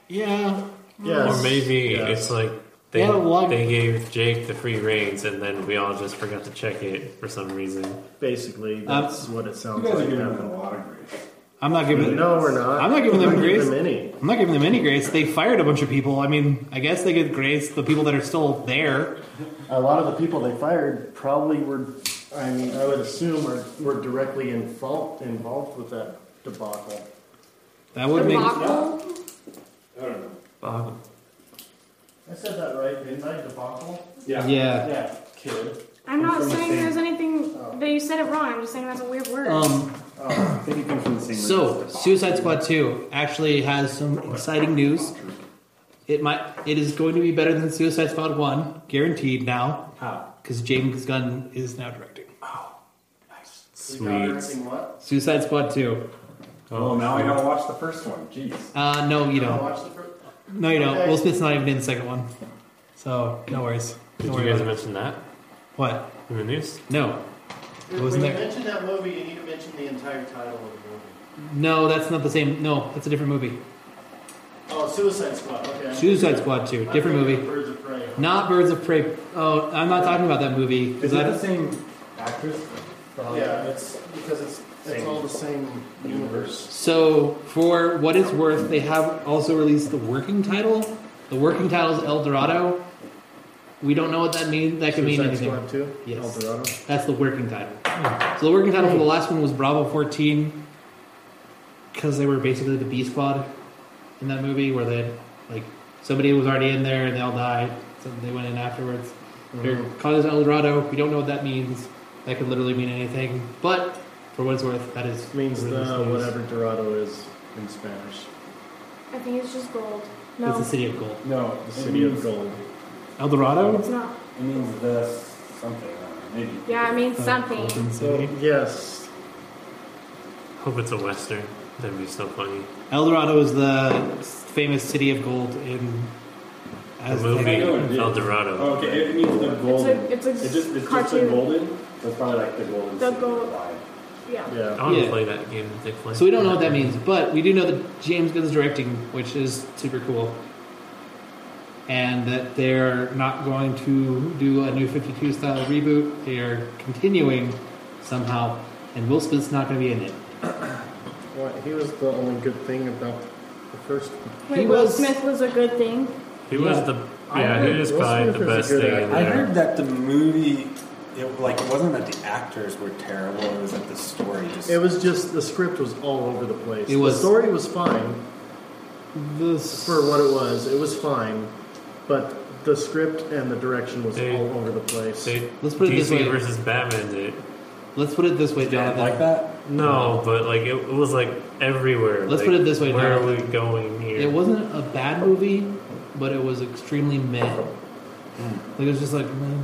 Yeah.
Yes.
Or maybe
Yeah.
it's like they,
Yeah, one-
they gave Jake the free reins and then we all just forgot to check it for some reason.
Basically,
Um,
that's what it
You
sounds
guys are
like.
giving them a lot of grief.
I'm not giving.
No, we're not.
I'm not giving them
We're
grace.
any.
I'm not giving them any grades. They fired a bunch of people. I mean, I guess they get grades the people that are still there.
A lot of the people they fired probably were, I mean, I would assume are, were directly involved, involved with that debacle.
That would make
Debacle?
I don't know.
Bob,
I said that right, didn't I? Debacle?
Yeah.
yeah.
Yeah, kid.
I'm not
From the
saying
same-
there's anything
Oh.
that you said it wrong. I'm just saying that's a weird word.
Um,
I think it comes from the same.
so
root as the
Suicide Squad Two actually has some exciting news. It might. It is going to be better than Suicide Squad One, guaranteed now,
How?
because James Gunn is now directing
sweet.
what?
Suicide Squad Two.
Oh,
Well, Oh, now I gotta watch the first one. Jeez.
Uh, no, you don't.
Watch the first.
No, you don't.
Okay.
Will Smith's not even in the second one, so no worries.
Did
Don't
you
worry
guys
about it.
mention that
What?
in the news?
No, It
When you
wasn't there.
mention that movie, you need to mention the entire title of the movie.
no, that's not the same. No, that's a different movie.
Oh, Suicide Squad. Okay.
Suicide Squad Two,
I'm
different
thinking
movie.
Birds of Prey.
Not Birds of Prey. Oh, I'm not talking about that movie. 'cause
Is that
that-
the same actress?
Yeah, it's because it's it's all the same universe.
So, for what it's worth, they have also released the working title. The working title is El Dorado. We don't know what that means. That could mean
Suicide
anything.
Squad 2?
Yes.
El Dorado.
That's the working title. So the working title for the last one was Bravo 14 because they were basically the B squad in that movie where they like somebody was already in there and they all died. So they went in afterwards.
Mm-hmm.
They're called as El Dorado. We don't know what that means. That could literally mean anything. But for what it's worth, that is
Means
really
the
close.
whatever Dorado is in Spanish.
I think it's just gold.
It's the
No,
city of gold.
No,
The
it
city of
means-
gold.
El Dorado.
it's not.
It means the something. I don't know, Maybe.
Yeah, I
Uh,
mean something.
Golden
uh, So
City.
yes,
Hope it's a western. That'd be so funny.
El Dorado is the famous city of gold in
The
as
movie
know it is.
El Dorado.
Oh, okay, it means the golden.
It's a- it's a
it just, it's just the
cartoon.
golden. That's probably like the golden.
The
city
gold-
vibe.
Yeah.
I
yeah.
want to
Yeah.
play that game that they play.
So we don't know what that means, but we do know that James Gunn's directing, which is super cool. And that they're not going to do a new 52 style reboot. They are continuing somehow, and Will Smith's not going to be in it.
Well, he was the only good thing about the first. one.
Wait,
He
Will
was-
Smith was a good thing.
He
Yeah.
was the
I
yeah.
heard
He was
Will
probably
Smith
the
is a
best
good
thing
actor.
in
I
there.
heard that the movie, it, like, it wasn't that the actors were terrible. It was that the story just.
It was just the script was all over the place.
It was-
the story was fine
This
for what it was. It was fine, but the script and the direction was
They-
all over the place.
They,
Let's put it
DC
this way.
versus Batman did. it.
let's put it this way,
Did it
Jonathan.
like that?
No, but like it, it was like everywhere.
Let's
Like,
put it this way,
Where are we
Jonathan.
going here?
It wasn't a bad movie, but it was extremely meh. Like it was just like, man.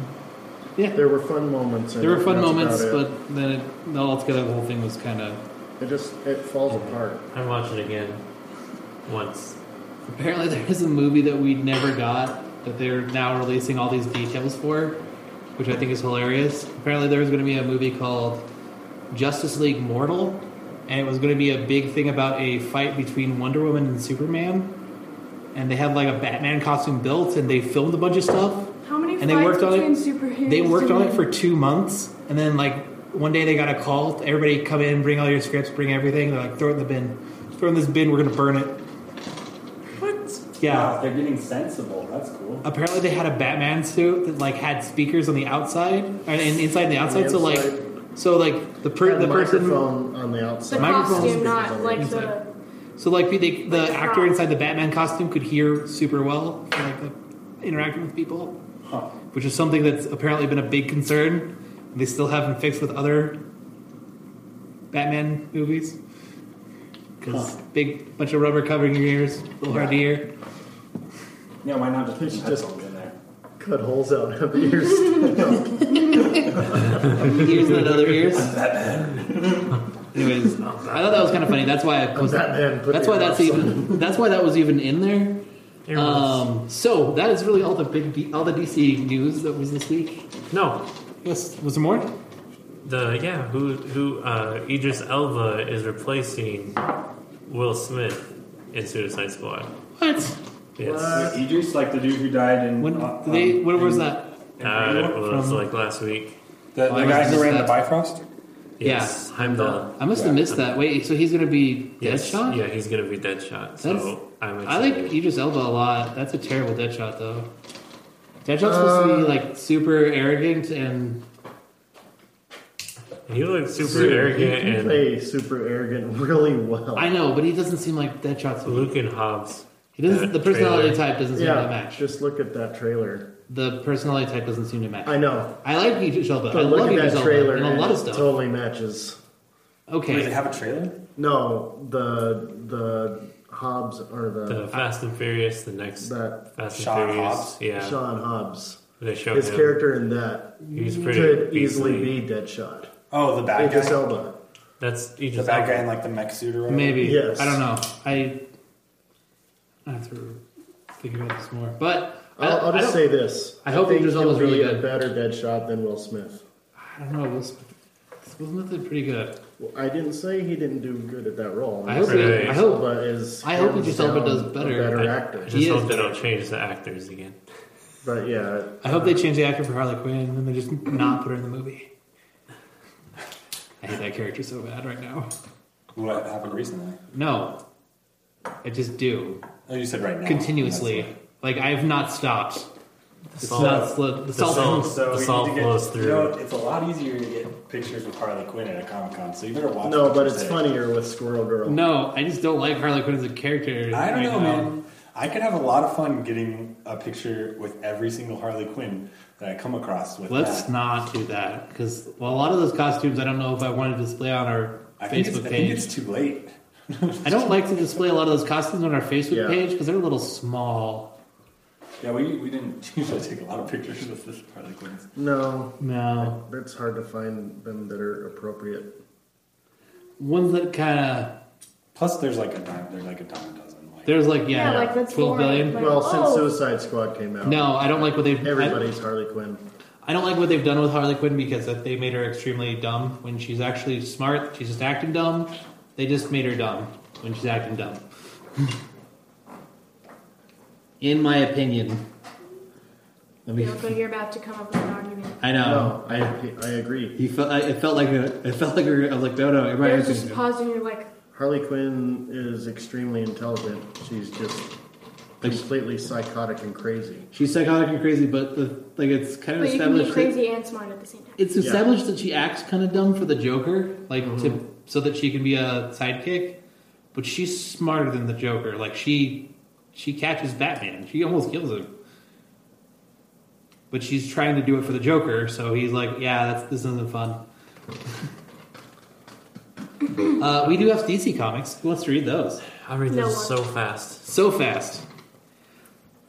yeah,
There were fun moments. in
there were
it,
fun
and that's
moments,
about it.
but then it, altogether the whole thing was kind of.
it just it falls apart.
I watched it again once.
Apparently, there is a movie that we never got that they're now releasing all these details for, which I think is hilarious. Apparently, there was going to be a movie called Justice League Mortal, and it was going to be a big thing about a fight between Wonder Woman and Superman. And they had like a Batman costume built, and they filmed a bunch of stuff.
How many
And they
fights
worked on it-
between superheroes?
They worked
do
on
you-
it for two months, and then like one day they got a call. Everybody come in, bring all your scripts, bring everything. They're like, throw it in the bin, throw it in this bin. We're going to burn it. What? Yeah.
Wow, they're getting sensible. That's cool.
Apparently, they had a Batman suit that like had speakers on the outside and and inside and the outside. so like,
inside.
so like the per-
And
the person,
microphone on the
The
outside.
microphones
costume,
is
not like
inside.
the.
so like the the,
Like,
the actor
from-
inside the Batman costume could hear super well, from, like the, interacting with people,
Huh.
which is something that's apparently been a big concern. They still haven't fixed with other Batman movies because big bunch of rubber covering your ears, a little hard to hear.
Yeah, why not just put
It's
some
just-
headphones in there?
Cut holes out of ears.
ears and other ears. Anyways, I thought that was kind of funny. That's why I posted.
Batman. Put
That's why
the
that's
earmuffs
even. That's why that was even in there.
There was-
Um, so that is really all the big, D- all the DC news that was this week.
no,
Yes, was there more?
the yeah who who uh, Idris Elba is replacing Will Smith in Suicide Squad.
What?
Yes,
Uh,
What?
Idris, like the dude who died in.
When
uh,
they?
um,
When was
in-
that?
in
uh,
Rainbow?
well, it was
from-
like last week.
The,
Why
the
was
guy
this
who ran the
that-
Bifrost?
Yes, Heimdall.
I must have
Yeah.
missed that. Wait, so he's gonna be
Yes,
Deadshot?
yeah, he's gonna be Deadshot. So
That's-
I'm
I like
excited.
Idris Elba a lot. That's a terrible Deadshot though. Deadshot's supposed to be
Uh,
like super arrogant and
he looks super
Dude, he
arrogant
can
and
play super arrogant really well.
I know, but he doesn't seem like Deadshot's.
Luke and Hobbs.
He doesn't.
that
The personality
trailer.
type doesn't seem to
yeah,
match.
just look at that trailer.
The personality type doesn't seem to match.
I know,
I like Idris Elba.
but
I
look
love
at
Idris
that
Elba
trailer
in a
and
lot of
it
stuff.
totally matches.
Does it
Okay,
have a trailer?
No, the the Hobbs or
The
the,
Fast and Furious, the next
that
Fast
Sean
and Furious.
Hobbs?
Yeah,
Sean Hobbs.
they show
His
him.
character in that
He's pretty
could easily
beastly.
be Deadshot.
Oh, the bad
Idris
guy.
Elba.
That's
The
Idris
bad
Elba.
guy in like the mech suit or whatever.
maybe.
Yes.
I don't know. I, I have to think about this more. But I,
I'll, I'll
I
just
don't-
say this.
I hope
think
Idris Elba's
he'll
really
be
good.
a better Deadshot than Will Smith.
I don't know. Will Smith, Will Smith did pretty good.
Well, I didn't say he didn't do good at that role.
I hope.
Right.
He, I hope.
Elba is.
I hope
hands
Idris Elba
down
does
a
better.
better
I-
actor.
I
He
just
is
hope they don't change the actors again.
But yeah,
I hope they change the actor for Harley Quinn and then they just not put her in the movie. I hate that character so bad right now.
What happened recently?
No, I just do
Oh, you said right now.
continuously. Like I have not stopped. It's
salt.
not slow. The
The
salt.
salt.
So
The
we
salt
need to get,
flows through.
You know, it's a lot easier to get pictures with Harley Quinn at a Comic Con, so you better watch.
no,
what
but
you
it's
say.
funnier with Squirrel Girl.
No, I just don't like Harley Quinn as a character.
I don't
right
know,
now.
man. I could have a lot of fun getting a picture with every single Harley Quinn that I come across with.
Let's
that.
not do that because well, a lot of those costumes I don't know if I want to display on our
I think, it's,
Facebook
I think
page.
it's too late.
I don't like to display a lot of those costumes on our Facebook
Yeah.
page because they're a little small.
Yeah, we, we didn't usually take a lot of pictures with this Harley Quinn.
No,
No,
it's hard to find them that are appropriate.
ones that kind of
Plus, there's like a dime, there's like a dime a dozen. Like,
There's like yeah,
Yeah, like that's
twelve
boring.
billion.
Like,
Well, since
oh,
Suicide Squad came out,
No, I don't like what they've. I,
everybody's Harley Quinn.
I don't like what they've done with Harley Quinn because that they made her extremely dumb when she's actually smart. She's just acting dumb. They just made her dumb when she's acting dumb. In my opinion, I mean,
Bianca, you're about to come up with an argument.
I know.
no, I I agree.
You felt. I, it felt like a. It felt like a, I'm like no, no. Everybody
You're
else is
just pausing. You're like,
Harley Quinn is extremely intelligent. She's just
Like-
completely psychotic and crazy.
She's psychotic and crazy, but the, like it's kind of
but you can
established.
be
that-
crazy and smart at the same time.
It's
Yeah.
established that she acts kind of dumb for the Joker, like to so that she can be a sidekick. But she's smarter than the Joker. Like she, she catches Batman. She almost kills him. But she's trying to do it for the Joker, so he's like, "Yeah, that's, this isn't fun." uh, we do have DC comics. Who wants to read those?
I read
No
this
one.
so fast.
So fast.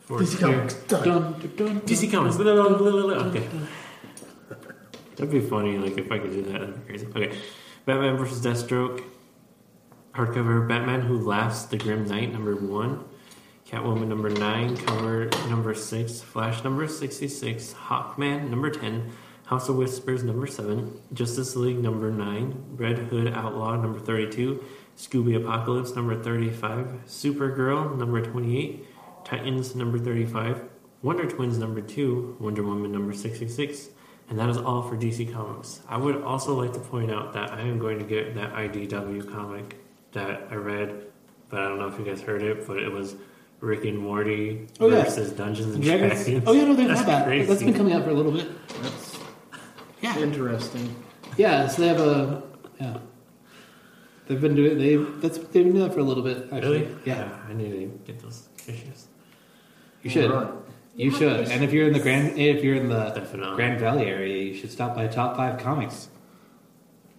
For
DC Comics,
Dun,
done.
dun, dun,
DC Comics. Blah, blah, blah, blah, blah. Okay. That'd be funny, like if I could do that, that'd be crazy. Okay. Batman versus Deathstroke. Hardcover Batman Who Laughs, The Grim Knight, number one. Catwoman number nine, cover number six, Flash number sixty-six, Hawkman number ten, House of Whispers number seven, Justice League number nine, Red Hood Outlaw number thirty-two, Scooby Apocalypse number thirty-five, Supergirl number twenty-eight, Titans number thirty-five, Wonder Twins number two, Wonder Woman number sixty-six, and that is all for DC Comics. I would also like to point out that I am going to get that IDW comic that I read, but I don't know if you guys heard it, but it was Rick and Morty
Oh, yeah.
versus Dungeons and Dragons.
Dragons. Oh yeah, no, they've
That's
had that.
crazy.
That's been coming out for a little bit.
That's
Yeah.
interesting.
Yeah, so they have a yeah. They've been doing they that's they've been doing that for a little bit actually.
Really?
Yeah,
I need to get those issues.
you should.
Right.
You should. And if you're in the Grand if you're in the
Definitely.
Grand Valley area, you should stop by Top Five Comics.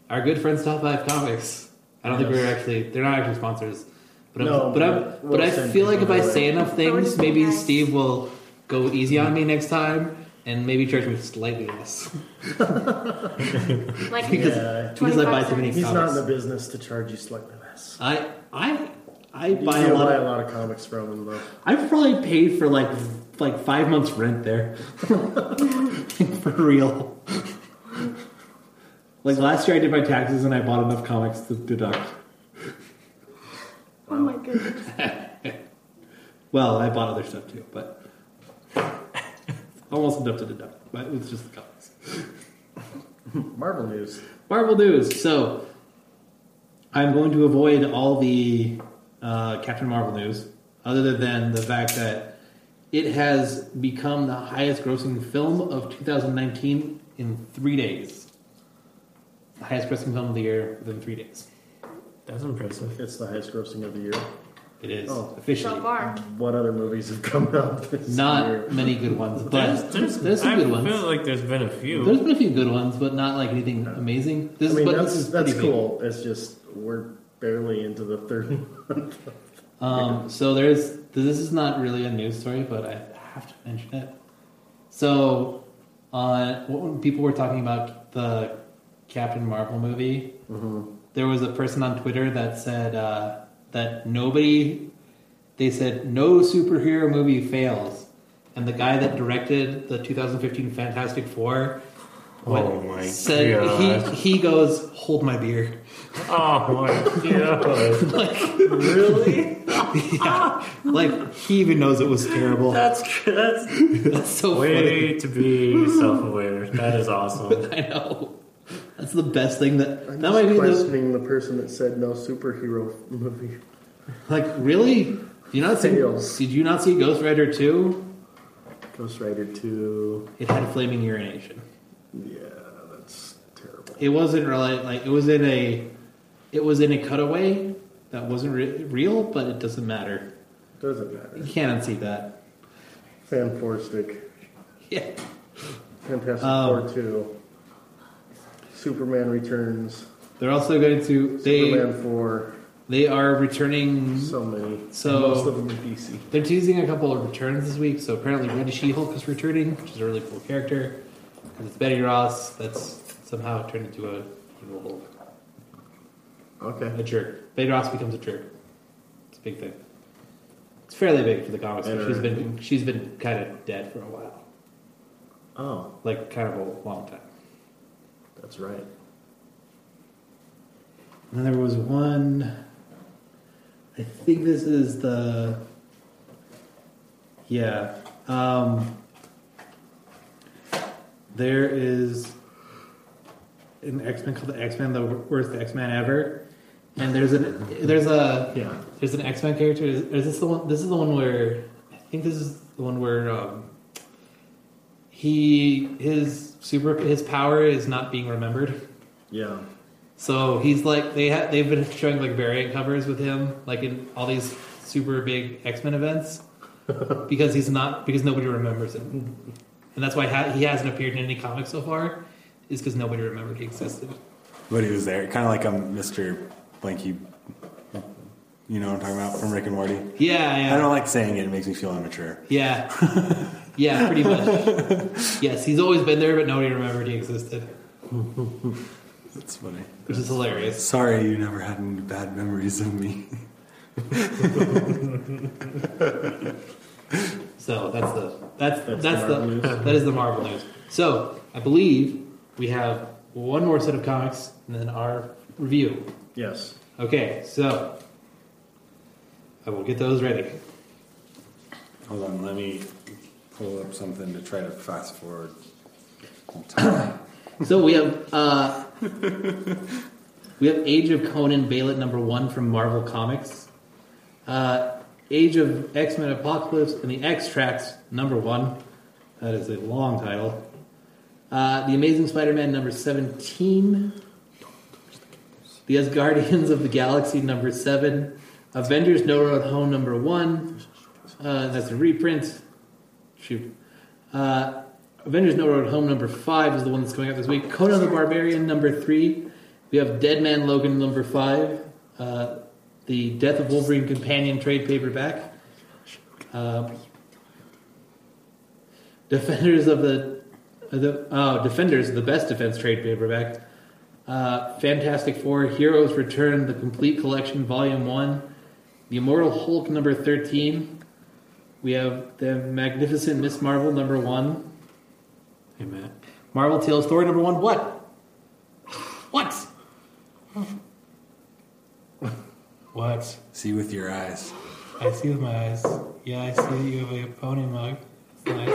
Our good friends Top Five Comics. I don't think
Yes.
we're actually they're not actually sponsors, but
No,
I'm, but I'm,
but
but
we'll
I
send
feel like if
people
I
their
say
way.
enough
I
things,
would
maybe
be nice.
Steve will go easy on me next time. And maybe charge me slightly less
Like,
because,
Yeah.
because I buy too many
He's not
comics.
in the business to charge you slightly less.
I I I
You
buy a
do
lot.
buy
Of,
a lot of comics from him, though.
I've probably paid for like like five months rent there. for real. Like last year, I did my taxes and I bought enough comics to deduct.
Oh my goodness.
Well, I bought other stuff too, but almost enough to deduct. But it's just the comics.
Marvel news.
Marvel news. So I'm going to avoid all the uh, Captain Marvel news, other than the fact that it has become the highest-grossing film of 2019 in three days. The highest-grossing film of the year within three days.
That's impressive.
It's the highest grossing of the year.
It is
Oh.
officially
So far.
What other movies have come out this year?
not many good ones, but there's, some
I
good
feel
ones.
like there's been a few.
There's been a few good ones, but not like anything amazing. This
I mean,
but
that's,
this is
that's
pretty big.
cool. It's just we're barely into the third.
Um, so there's this is not really a news story, but I have to mention it. So, uh, when people were talking about the Captain Marvel movie,
Mm-hmm.
there was a person on Twitter that said uh, that nobody, they said no superhero movie fails, and the guy that directed the 2015 Fantastic Four. went-
Oh my
said
God.
he he goes hold my beer
oh my god. really?
yeah like he even knows it was terrible
That's that's
that's so funny.
way to be self-aware. That is awesome.
I know. That's the best thing that
I'm
that might be the
questioning the person that said no superhero movie.
like really. Do you not see?
Fails.
Did you not see Ghost Rider two?
Ghost Rider 2.
It had flaming urination.
Yeah, that's terrible.
It wasn't really like it was in a, it was in a cutaway that wasn't re- real, but it doesn't matter.
Doesn't matter.
You can't unsee that.
Fan Stick.
Yeah.
Fantastic
Um,
Four 2. Superman Returns.
They're also going to they
Superman 4.
they are returning.
So many.
So-
Most of them in DC.
They're teasing a couple of returns this week. So apparently, Red She-Hulk is returning, which is a really cool character. And it's Betty Ross that's somehow turned into a evil
Okay.
a jerk. Betty Ross becomes a jerk. It's a big thing. It's fairly big for the comics.
And
but She's
her-
been she's been kind of dead for a while,
Oh,
like kind of a long time.
that's right.
And then there was one. I think this is the. Yeah. Um, there is an X Men called the X Men, the worst X Men ever. And there's an there's a
Yeah.
There's an X Men character. Is, is this the one? This is the one where I think this is the one where um, he his super his power is not being remembered.
Yeah.
So he's like they ha- they've been showing like variant covers with him like in all these super big X Men events because he's not because nobody remembers him, and that's why ha- he hasn't appeared in any comics so far is because nobody remembered he existed.
But he was there, kind of like a Mr. Blanky. You know what I'm talking about from Rick and Morty.
Yeah, yeah.
I don't like saying it; it makes me feel immature.
Yeah. Yeah, pretty much. yes, he's always been there, but nobody remembered he existed,
That's funny.
which is hilarious.
Sorry, you never had any bad memories of me.
So that's the that's that's,
That's
the,
Marvel news.
that is the Marvel news. So I believe we have one more set of comics and then our review.
Yes.
Okay, so I will get those ready.
Hold on, let me pull up something to try to fast forward.
So we have uh, we have Age of Conan Bailey number one from Marvel Comics, uh, Age of X Men Apocalypse and the X Tracks number one. That is a long title. Uh, the Amazing Spider Man number seventeen. The Asgardians of the Galaxy number seven. Avengers No Road Home number one. Uh, that's a reprint. Shoot. Uh, Avengers No Road Home number five is the one that's coming out this week. Conan the Barbarian number three. We have Dead Man Logan number five. Uh, the Death of Wolverine Companion trade paperback. Uh, Defenders of the, of the oh, Defenders the best defense trade paperback. Uh, Fantastic Four Heroes Return the complete collection volume one. The Immortal Hulk number thirteen. We have the Magnificent Miss Marvel number one.
Hey Matt.
Marvel Tales Thor number one. What?
What? What?
See with your eyes.
I see with my eyes. Yeah, I see that you have a pony mug. It's nice.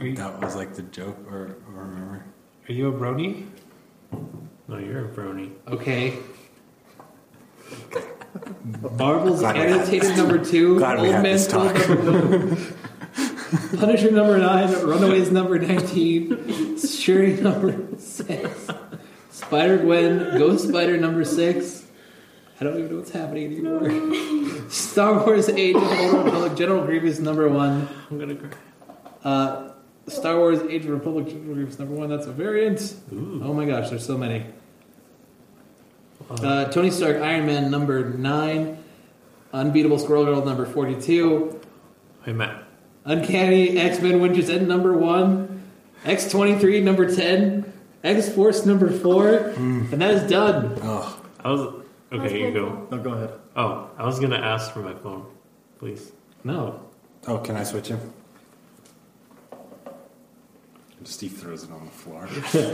Are you-
That was like the joke, or, or remember?
Are you a brony?
No, you're a brony.
Okay. Marvel's
Glad we had
annotated number two,
Glad we
Old
had
Man's
this
Pool
talk.
number one, Punisher number nine, Runaways number 19, Shuri number six, Spider Gwen, Ghost Spider number six. I don't even know what's happening anymore. Star Wars Age of the Old Republic, General Grievous number one,
I'm gonna cry.
uh, Star Wars Age of Republic General Grievous number one. That's a variant.
Ooh.
Oh my gosh, there's so many. Uh, Tony Stark, Iron Man number nine, Unbeatable Squirrel Girl number forty-two,
Hey, Matt.
Uncanny X Men Winter's End number one, X twenty-three number ten, X Force number four, and that is done.
Oh,
I was. Okay, you go.
No, go ahead.
Oh, I was gonna ask for my phone. Please.
No,
oh, can I switch him? Steve throws it on the floor.
Throw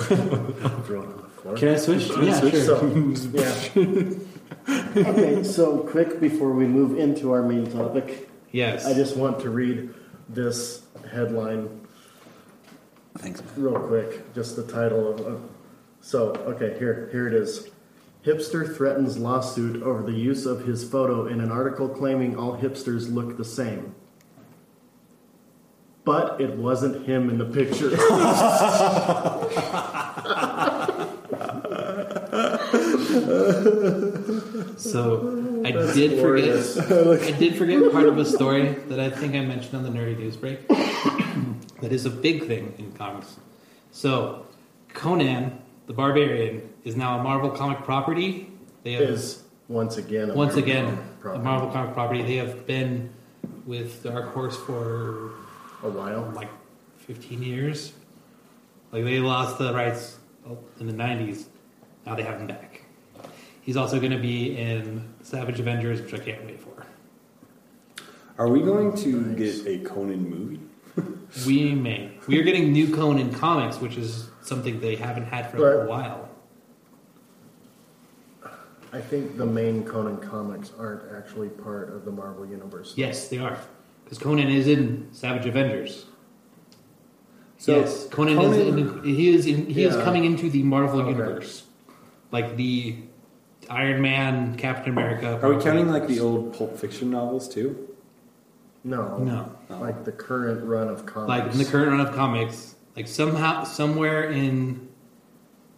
it on the floor.
Can I switch?
yeah, sure.
So, yeah. okay, so quick before we move into our main topic,
Yes,
I just want to read this headline
Thanks.
real quick. Just the title of. of so, okay, here, here it is. Hipster threatens lawsuit over the use of his photo in an article claiming all hipsters look the same. But it wasn't him in the picture.
So I did
glorious.
forget. I did forget part of a story that I think I mentioned on the Nerdy News break. that is a big thing in comics. So Conan the Barbarian is now a Marvel comic property. They have
is once again. a
once
Marvel
again a
problem.
Marvel comic property. They have been with Dark Horse for
A while.
like 15 years. Like they lost the rights oh, in the 90s. Now they have him back. He's also going to be in Savage Avengers, which I can't wait for.
Are we going to get a Conan movie?
We may. We are getting new Conan comics, which is something they haven't had for a
Right.
while.
I think the main Conan comics aren't actually part of the Marvel universe.
Yes, they are. Because Conan is in Savage Avengers.
So,
yes, Conan, is in,
Conan-
he is in, he is
Yeah.
coming into the Marvel
Okay.
universe, like the Iron Man, Captain America.
Are we counting like the old Pulp Fiction novels too?
No.
No.
Like the current run of comics.
like in the current run of comics, like somehow somewhere in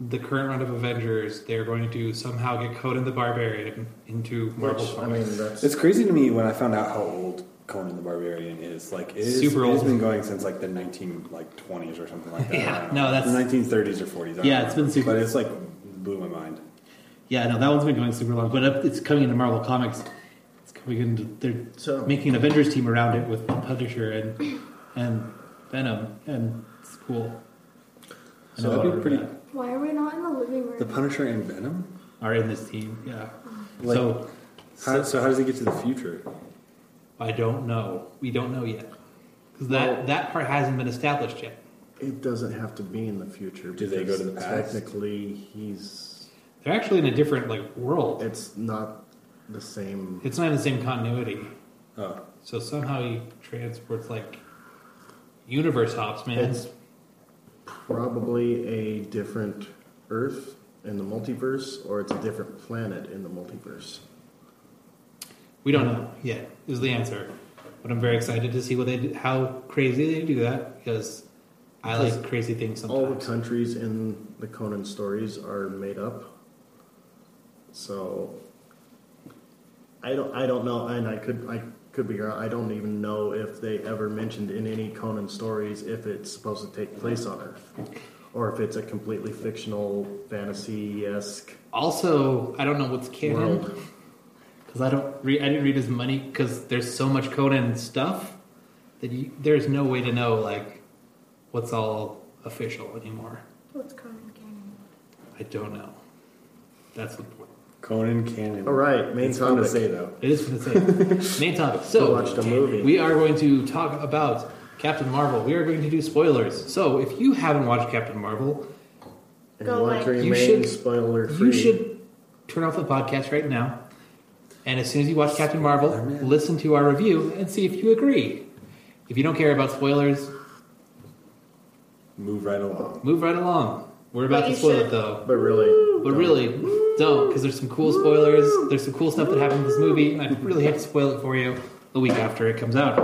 the current run of Avengers, they're going to somehow get Conan the Barbarian into Marvel
Which, I
comics.
mean, that's
It's crazy to me when I found out how old Conan the Barbarian is. Like, it is,
Super
it has
old.
been going since like the nineteen like twenties or something like that.
Yeah,
I don't know.
no, that's-
the nineteen thirties or forties.
Yeah, it's been super-
But it's like blew my mind.
yeah, no, that one's been going super long, but up- it's coming into Marvel comics. It's coming into they're
So-
making an Avengers team around it with Punisher and and Venom, and it's cool. I
So that'd
know a lot
be
of
pretty.
that
Why are we not in the living room?
The Punisher and Venom.
Are in this team, yeah.
Like-
so
How, so how does he get to the future?
I don't know. We don't know yet because that
Well-
that part hasn't been established yet.
it doesn't have to be in the future.
Do they
because
go to the past?
Technically, he's
They're actually in a different like world.
it's not the same.
It's not in the same continuity.
Oh,
So somehow he transports like universe hops, man.
It's probably a different Earth in the multiverse, or it's a different planet in the multiverse.
we don't know yet. Is the answer, but I'm very excited to see what they do, how crazy they do that because I like crazy things
All the
sometimes.
countries in the Conan stories are made up. So I don't I don't know and I could I could be wrong. I don't even know if they ever mentioned in any Conan stories if it's supposed to take place on Earth. Or if it's a completely fictional fantasy esque
Also, I don't know what's canon
world.
because I don't read. I didn't read as many because there's so much Conan stuff that you, there's no way to know like what's all official anymore.
What's Conan Canyon?
I don't know. That's the point.
Conan canon.
All right, main
It's fun to
topic.
say though.
It is for the same main topic. So
We watched a movie.
We are going to talk about Captain Marvel. We are going to do spoilers. So if you haven't watched Captain Marvel,
And
Go
you want to
away.
You
remain
should-
spoiler free.
You should turn off the podcast right now, and as soon as you watch Captain Marvel, listen to our review and see if you agree. If you don't care about spoilers,
Move right along.
move right along. We're
But
about to
you
spoil it
should-
though,
But really,
but really, don't because there's some cool spoilers. There's some cool stuff that happened in this movie, and I really have to spoil it for you the week after it comes out.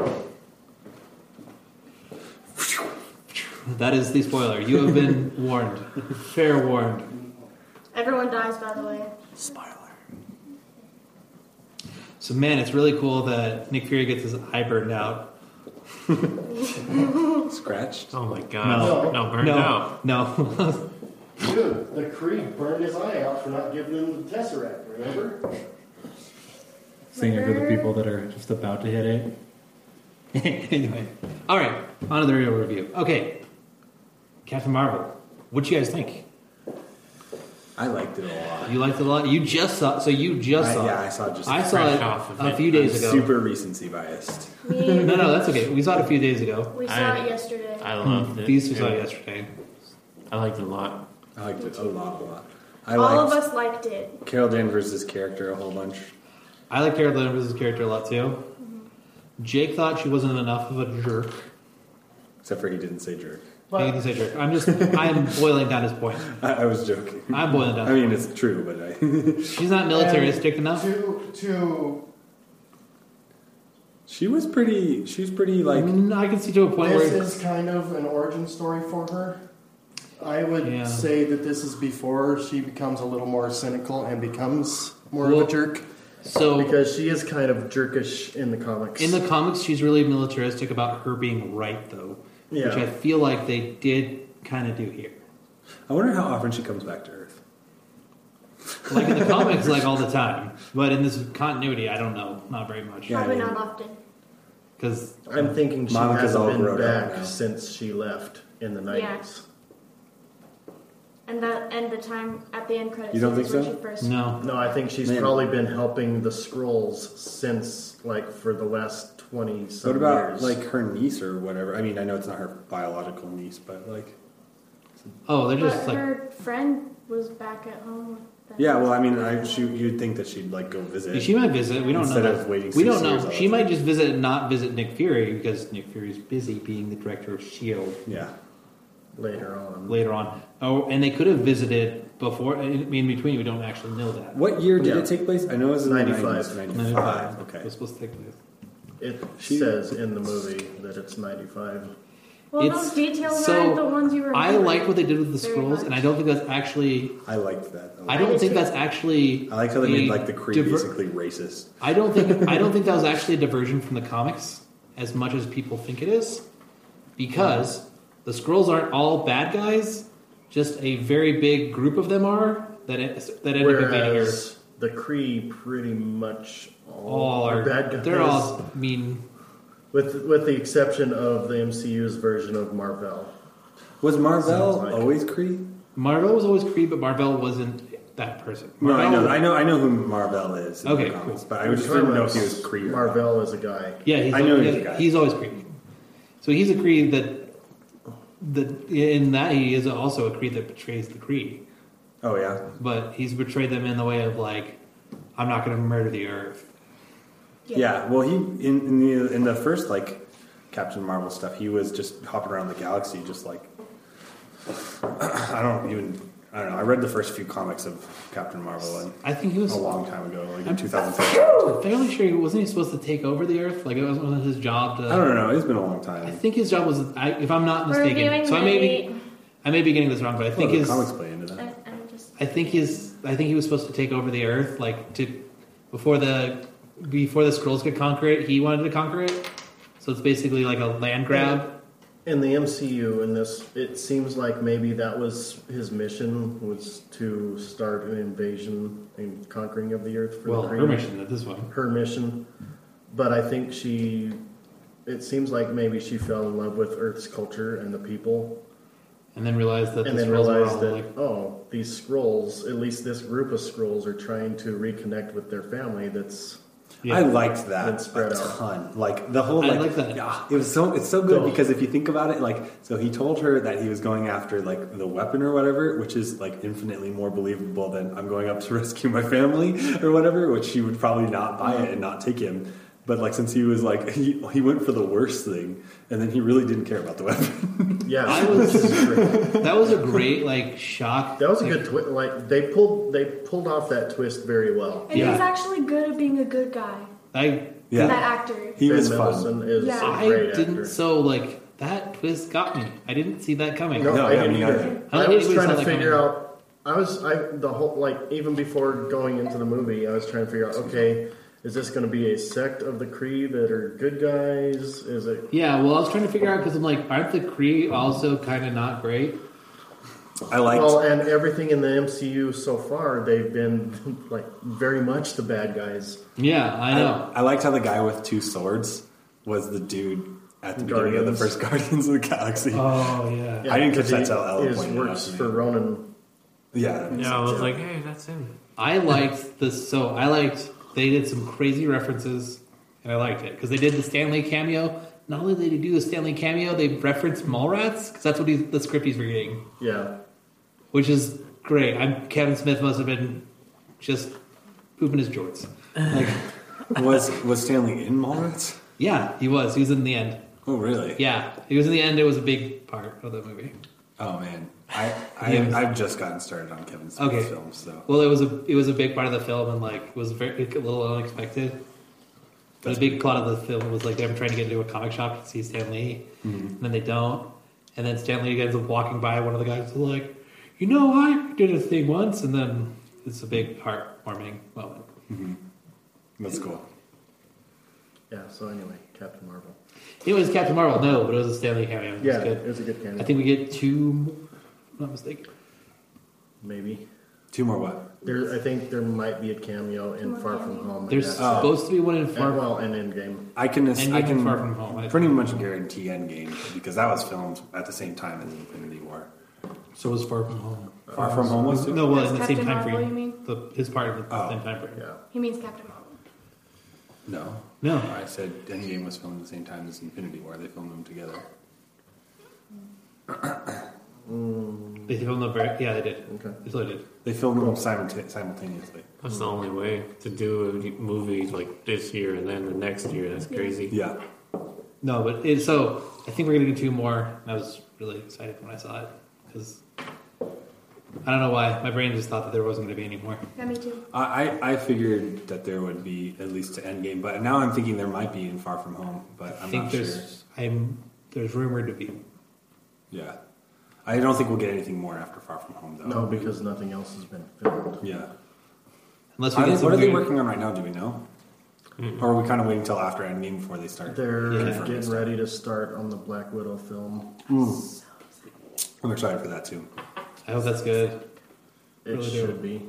That is the spoiler. You have been warned, fair warned.
Everyone dies, by the way.
So man, it's really cool that Nick Fury gets his eye burned out.
Scratch.
Oh my god. No,
No.
burned
no,
out.
no.
Dude, the Kree burned his eye out for not giving him the Tesseract, remember?
Sing it for the people
that are just about to hit it.
anyway, all right, on to the real review. Okay, Captain Marvel. What you guys think?
I liked it a lot.
You liked it a lot. You just saw. So you just
I,
saw.
yeah, I
it.
saw it just.
I saw
Fresh
it
off of
a
it.
few days
I'm
ago.
Super recency biased.
Me,
No, no, that's okay. We saw it a few days ago.
we saw
I-
it yesterday.
I loved it.
Hmm. These two
too.
saw it yesterday.
I liked it a lot.
I liked it a lot, a lot. I
All of
liked
us liked it.
Carol Danvers' character a whole bunch.
I like Carol Danvers' character a lot too. Jake thought she wasn't enough of a jerk.
Except for he didn't say jerk.
I
But
didn't say jerk. I'm just. I'm boiling down his point.
I, I was joking.
I'm boiling down.
I mean, it's true, but I,
She's not militaristic enough.
to to
she was pretty. She's pretty like.
Mm, I can see to a point
this
where
is kind of an origin story for her. I would
Yeah.
say that this is before she becomes a little more cynical and becomes more
Well-
of a jerk
so
because she is kind of jerkish in the comics.
in the comics she's really militaristic about her being right though, which I
yeah,
feel like they did kind of do here.
I wonder how often she comes back to Earth.
Like in the comics, like all the time, but in this continuity, I don't know, not very much.
Yeah.
Probably
I mean-
not often.
Because
I'm thinking she
Monica's all
hasn't been
grown up now.
back since she left in the
Yeah.
90s.
And the and the time at the end credits
You don't
is
think
when
so?
she first
no,
No, I think she's
Man.
probably been helping the scrolls since like for the last 20 some
what about
years.
like her niece or whatever? I mean, I know it's not her biological niece, but like.
oh, they're
But
just like
her friend was back at home. With them.
Yeah, well, I mean, I, she, you'd think that she'd like go visit.
she might visit. We don't
Instead
know.
of
that.
waiting
we
six
don't
years
know.
all
She
the
might
time.
just visit and not visit Nick Fury because Nick Fury's busy being the director of Shield.
yeah,
later on.
E later on. Oh, and they could have visited before. I mean, in between, we don't actually know that.
What year did
Yeah.
it take place? I know it was in
95.
the 90s.
95. It
Okay.
was supposed to take place.
It
She-
says in the movie that it's 95.
Well,
It's-
those details
so,
aren't the ones you remember.
I like what they did with the
Very
scrolls, and I don't think that's actually.
I liked that. a lot.
I
I
don't
did
think
too.
that's actually.
I liked how they
a
made like the Kree
diver-
basically racist.
I don't think. I don't think that was actually a diversion from the comics as much as people think it is, because the scrolls aren't all bad guys. Just a very big group of them are that it, that ended up being here.
Whereas the Kree pretty much all,
All are
bad guys.
They're all mean.
with with the exception of the MCU's version of Marvel.
Was Marvel
Sounds like-
always Kree?
Marvel was always Kree, but Marvel wasn't that person.
No, I know,
Marvel-
I know, I know who Marvel is. in
Okay,
the comics,
cool.
But I just didn't know if he was Kree.
Kree.
Or
Marvel is a guy.
Yeah, he's
I know
al-
he's
yeah,
a guy.
he's always Kree. So he's a Kree that that in that he is also a Kree that betrays the Kree,
Not. Oh yeah,
but he's betrayed them in the way of like, I'm not going to murder the Earth.
yeah. well, he in, in the in the first like Captain Marvel stuff, he was just hopping around the galaxy, just like I don't even. I don't know. I read the first few comics of Captain Marvel and
I think he was.
a long time ago, like
I'm-
in 2007.
I'm fairly sure he wasn't he supposed to take over the Earth. Like it was one of his job to.
I don't know. It's been a long
I
time.
think his job was, I, if I'm not
We're
mistaken.
reviewing
So I may be,
the-
I may be getting this wrong, but I think
Well, the
his
comics play into that.
I, I'm just.
I think his I think he was supposed to take over the earth, like to before the before the scrolls could conquer it, he wanted to conquer it. So it's basically like a land grab.
In the MCU, in this, it seems like maybe that was his mission was to start an invasion and conquering of the Earth for
Well,
the
her
Kree.
mission at this one.
her mission, but I think she. It seems like maybe she fell in love with Earth's culture and the people,
And then realized that
and
the
then
scrolls were all
realized that
like
oh, these scrolls, at least this group of scrolls, are trying to reconnect with their family. That's
I liked that
And spread
a
out.
ton. Like the whole
I
like,
like that.
yeah, it was so it's so good because if you think about it, like so he told her that he was going after like the weapon or whatever, which is like infinitely more believable than I'm going up to rescue my family or whatever, which she would probably not buy it and not take him. But like since he was like he, he went for the worst thing, and then he really didn't care about the weapon.
Yeah,
I was-
this is great.
That was a great like shock.
that was a
like,
good twist. Like they pulled they pulled off that twist very well.
And
Yeah.
he's actually good at being a good guy.
I
That
yeah,
actor.
he
ben
was fun.
Mendelsohn is
Yeah.
a
I
I
great
didn't
actor.
so like that twist got me. I didn't see that coming.
No,
No,
I
yeah,
didn't
me
either.
either.
I
I
like
was
anybody
trying
saw
to
that
figure
coming.
out. I was I the whole like even before going into the movie, I was trying to figure out. Okay, is this going to be a sect of the Cree that are good guys? Is it?
Yeah, well, I was trying to figure out because I'm like, aren't the Kree also kind of not great?
I liked
Well, and everything in the MCU so far, they've been like very much the bad guys.
Yeah, I know.
I liked how the guy with two swords was the dude at the beginning of the
Guardians.
first Guardians of the Galaxy.
Oh yeah.
I didn't catch that
because he
till Ella
is-
pointed it out
works
to me.
for Ronan.
yeah, that makes
Yeah, I
sense,
was like, hey, that's him.
I liked the so I liked they did some crazy references, and I liked it because they did the Stanley cameo. Not only did they do the Stanley cameo, they referenced Mallrats because that's what he, the script he's reading,
Yeah,
which is great. I'm, Kevin Smith must have been just pooping his jorts.
was was Stanley in Mallrats?
Yeah, he was. He was in the end.
Oh really?
Yeah, he was in the end. It was a big part of the movie.
Oh man, I, I
Yeah.
I've just gotten started on Kevin Smith's
Okay.
films, so
Well, it was a it was a big part of the film, and like it was very a little unexpected. But a big plot of the film was like them trying to get into a comic shop to see Stan Lee,
Mm-hmm.
and then they don't, and then Stan Lee ends up walking by one of the guys who's like, you know, I did a thing once, and then it's a big heartwarming moment.
that's cool.
yeah. So anyway, Captain Marvel.
It was Captain Marvel, no, but it was a Stanley cameo. It
Yeah,
was
it
good.
was a good cameo.
I think we get two. If I'm not mistaken.
Maybe
Two more what?
there. I think there might be a cameo in
Come on,
Far
Andy.
From Home. and
There's
that's-
Oh.
supposed to be one in
and,
front.
well, and Endgame.
I can as-
Endgame
I can
and Far From Home, I
pretty much guarantee Endgame because that was filmed at the same time as Infinity War.
So it was Far From Home.
Far From Home was too?
No, well,
That's
in the same
Captain
time
Marvel, you
frame.
mean?
The, his part of the
Oh.
same time frame.
Yeah.
He means Captain Marvel.
No,
No.
I said Endgame was filmed at the same time as Infinity War. They filmed them together.
They filmed the very yeah they did.
Okay.
They totally did.
They filmed them simulta- simultaneously.
That's the only way to do a movie like this year and then the next year. That's crazy.
Yeah,
No, but it, so I think we're gonna do two more. And I was really excited when I saw it because I don't know why my brain just thought that there wasn't gonna be any more.
Yeah, me too.
I, I I figured that there would be at least to Endgame, but now I'm thinking there might be in Far From Home, but
I
I'm
think
not
there's
sure.
I'm there's rumored to be.
Yeah, I don't think we'll get anything more after Far From Home though.
No, because nothing else has been filmed.
Yeah.
Unless we
Are
get
they,
some
what are they
weird-
working on right now? Do we know? Or are we kind of waiting until after Endgame before they start?
They're
Yeah.
getting ready to start on the Black Widow film.
I'm excited for that too.
I hope that's good.
It
Really do.
should be.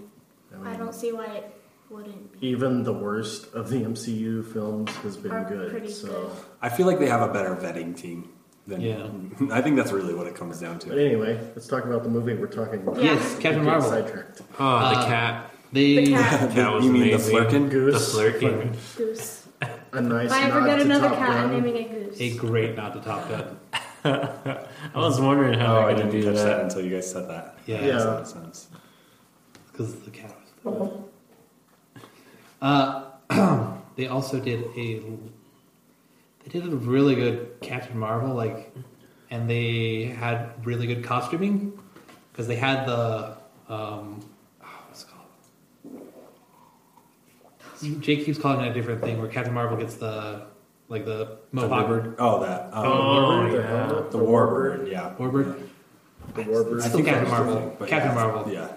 I mean,
I don't see why it wouldn't be.
even the worst of the MCU films has been
Are
good.
pretty
so,
I feel like they have a better vetting team than.
Yeah.
I think that's really what it comes down
but
to.
anyway, let's talk about the movie we're talking about.
Yeah.
Yes, Captain
Get
Marvel.
Sidetracked.
Oh, the
Uh,
cat.
The
They
cat,
That was
you mean
amazing.
the Flurkin?
The
Goose.
flirking.
goose.
A nice
If I ever
nod
get
to
another
Top
cat, I'm
Gun.
naming it goose.
a great not to top that.
I was wondering how
Oh, I
they're going
didn't
to do
catch that.
that.
until you guys said that.
Yeah.
That makes a lot
Yeah.
of sense.
because the cat was. Uh, they also did a. They did a really good Captain Marvel, like, and they had really good costuming because they had the. Um, oh, what's it called? Jake keeps calling it a different thing where Captain Marvel gets the like the mohawk
Oh, that. Um,
Oh,
The
yeah.
helmet,
the Warbird. Yeah.
warbird.
The Warbird.
It's still Captain Marvel.
but
Captain
yeah,
Marvel.
Yeah.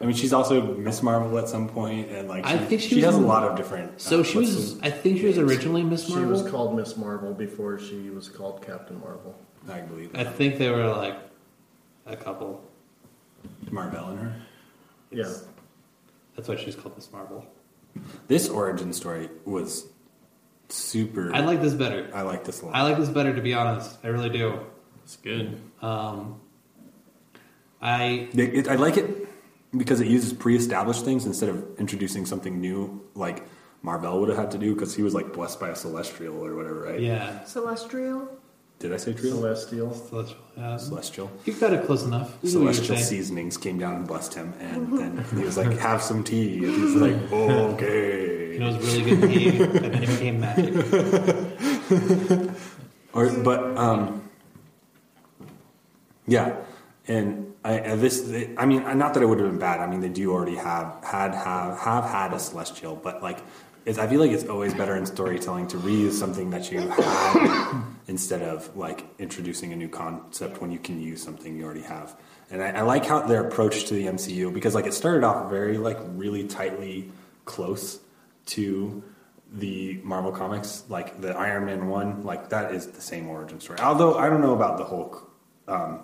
I mean, she's also Miss Marvel at some point, and like she,
I think she
she
was
has a
in-
lot of different.
So
uh,
she
what's
was. I think she was originally Miss
She
Marvel.
was called Miss Marvel before she was called Captain Marvel.
the- I believe
I think they were like a couple.
Marvel in her.
Yeah.
That's why she's called Miss Marvel.
This origin story was super.
I like this better.
I like this a lot.
I like this better, to be honest. I really do.
It's good.
Um, I
They- it- I like it because it uses pre-established things instead of introducing something new, like Marvel would have had to do because he was like blessed by a celestial or whatever, right?
Yeah.
Celestial.
Did I say true?
Celestial.
Celestial. Uh,
um,
Celestial.
you've got it close enough. You know what you're
Celestial
saying.
seasonings came down and blessed him, and then he was like, "Have some tea." And he was like, "Okay."
You know, it was really good tea, and then it became magic.
Or, but um, yeah, and I, I this I mean uh, not that it would have been bad. I mean they do already have had have have had a celestial, but like it's, I feel like it's always better in storytelling to reuse something that you have instead of like introducing a new concept when you can use something you already have. And I, I like how their approach to the MCU because like it started off very like really tightly close to the Marvel comics, like the Iron Man one, like that is the same origin story. Although I don't know about the Hulk um,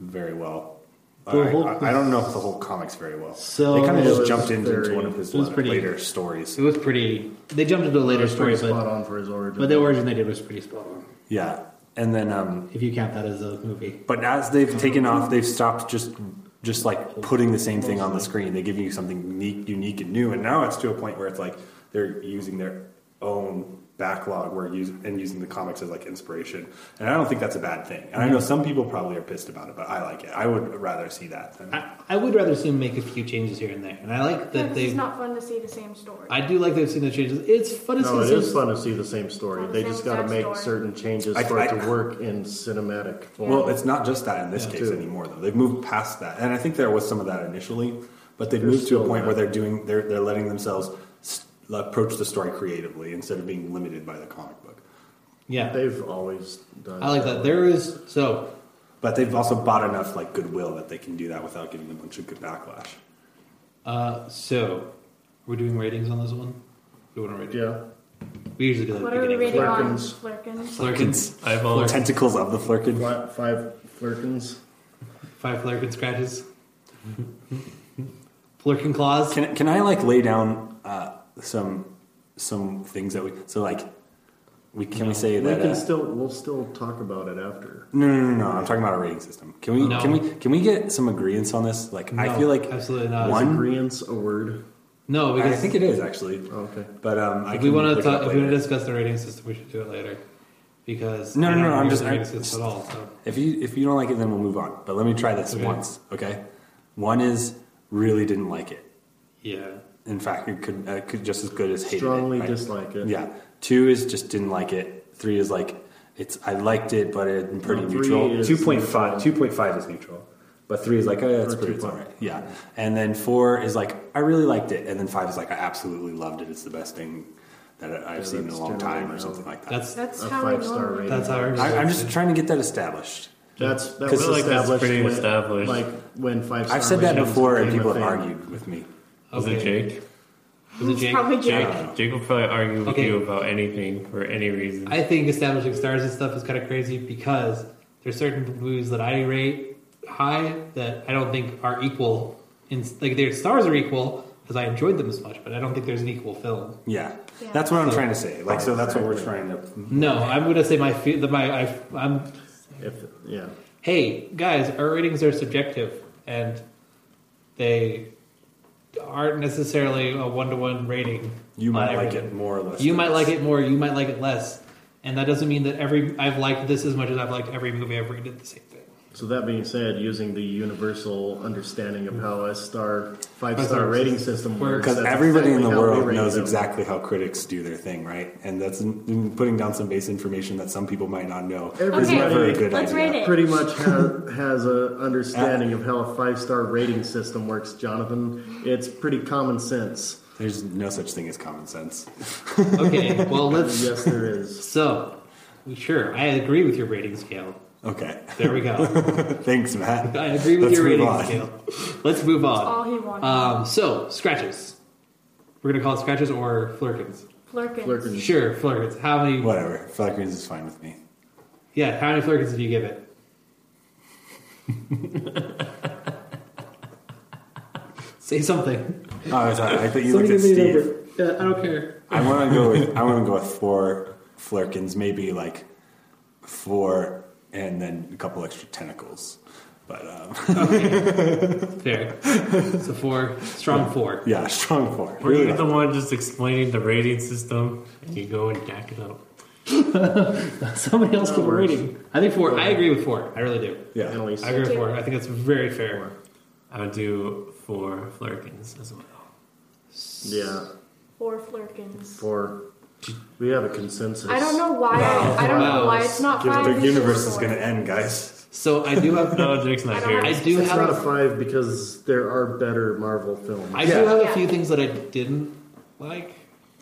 very well.
The
I,
Hulk
I, I don't know if the Hulk comics very well.
So-
they kind of
It
just
was
jumped into,
very-
one of his
it was
la-
pretty-
later stories.
It was pretty. They jumped into a later
That's
story,
pretty spot
but,
on for his origin.
but the origin they did was pretty spot on.
Yeah, and then um,
If you count that as a movie.
but as they've taken off, they've stopped just just like putting the same thing on the screen. They give you something unique, unique and new, and now it's to a point where it's like they're using their own backlog where use, and using the comics as like inspiration. And I don't think that's a bad thing. And I know some people probably are pissed about it, but I like it. I would rather see that than
I, I would rather see them make a few changes here and there. And I like
Yeah,
that
'cause
they.
it's not fun to see the same story.
I do like they've seen the changes. It's fun to
no, it
see. the
is
same-
fun to see the same story. They just got to make certain changes
I-
for it
I-
to work in cinematic form.
Well, it's not just that in this
Yeah,
case
too.
anymore, though. They've moved past that, and I think there was some of that initially, but they've
There's
moved to a
still
point where
that.
they're doing they're they're letting themselves s- approach the story creatively instead of being limited by the comic book.
Yeah.
They've always done.
I like that. There is. So,
But they've also bought enough like goodwill that they can do that without getting a bunch of good backlash.
uh, so we're doing ratings on this one? We want to rate it.
Yeah.
We usually do that at
what
the
are we
beginning.
rating on?
Flurkins.
Flurkins.
Flurkins.
Eyeball.
Tentacles of the Flurkin.
Fi- Five flirkins.
Five Flurkin scratches. Flurkin claws.
Can can I like lay down uh, some some things that we so like we can we say
We
that
can
uh,
still. We'll still talk about it after.
No, no, no, no. I'm talking about a rating system. Can we
No.
can we can we get some agreements on this? Like I
No,
feel like
absolutely not.
One-
Agreeance a word.
No,
I
because
think it is actually.
Oh, okay.
But um, I
if
can
we want to
look it up
talk, if we
later.
want to discuss the rating system, we should do it later. Because
No,
I
no,
don't
no, I'm
use
just-
the
I-
rating system at all. So
If you if you don't like it, then we'll move on. But let me try this
Okay.
once, okay? One is really didn't like it.
yeah,
In fact, it could, uh, could just as good as hated
Strongly
it. right?
dislike it.
Yeah. Two is just didn't like it. Three is like it's I liked it, but it's pretty
No, three
neutral.
is
Two point five. Two point five is neutral, but three is like oh, yeah, it's
Or
pretty.
two
It's all
point-
right. Yeah. And then four is like I really liked it, and then five is like I absolutely loved it. It's the best thing that I've seen in a
that's
long
generally
time, or
how-
something like that.
that's
That's
A
how
five
we
star
normally-
rating.
that's how ours.
I, I'm
is.
just trying to get that established.
That's that
'Cause
was
I feel like
that's
established.
pretty
when,
established.
Like when five.
I've said that before, and people have argued with me.
Was it Jake?
Was it Jake?
Probably
Jake,
Jake.
Jake will probably argue with
Okay.
you about anything for any reason.
I think establishing stars and stuff is kind of crazy because there's certain movies that I rate high that I don't think are equal. In like their stars are equal because I enjoyed them as much, but I don't think there's an equal film.
Yeah.
Yeah.
that's what I'm trying to say. Like, so that's what we're trying to.
No, I'm gonna say my fe- that my I, I'm
If yeah,
hey guys, our ratings are subjective and they aren't necessarily a one to one rating.
You
on
might like
everything.
it more or less.
You
than
might
us.
like it more. You might like it less. And that doesn't mean that every I've liked this as much as I've liked every movie I've rated the same thing.
So that being said, using the universal understanding of how a star five
Five-star
star rating system
Where-
works,
Because
that's
everybody in
exactly
the
how we
world
rate
knows
them.
exactly how critics do their thing, right? And that's mm, putting down some base information that some people might not know. is
Okay,
never a good
let's
idea.
rate it.
Pretty much has, has a understanding of how a five star rating system works, Jonathan. It's pretty common sense.
There's no such thing as common sense.
Okay, well let's.
Yes, there is.
So, sure, I agree with your rating scale.
Okay,
There we go.
thanks, Matt.
I agree with
Let's
your
move
rating
on.
scale. Let's move
All
on.
he wanted.
Um, so scratches. We're gonna call it scratches or flurkins.
Flurkins.
Flirkin.
Sure, flurkins. How many?
Whatever, Flagreens is fine with me.
Yeah, how many flurkins did you give it? Say something.
Oh, I, thought, I thought you looked at Steve.
Yeah, Uh, I don't care.
I want to go with I want to go with four flirkins, maybe like four, and then a couple extra tentacles. But um,
Fair. So four, strong four.
yeah, strong four.
Were
Really
you the one just explaining the rating system? And you go and jack it up.
Somebody else quit rating. I think four. I agree with four. I really do.
yeah.
I agree with four. I think that's very fair.
I would do four flurkins as well.
Yeah,
Four flurkins.
four. We have a consensus.
I don't know why. I, I don't know why it's not
The
five. it's just
universe is
four.
going to end, guys.
So I do have.
No, Jake's
I
not
don't
here.
know.
I do
It's not
have.
a five because there are better Marvel films.
I
Yeah.
do have a
Yeah.
few things that I didn't like.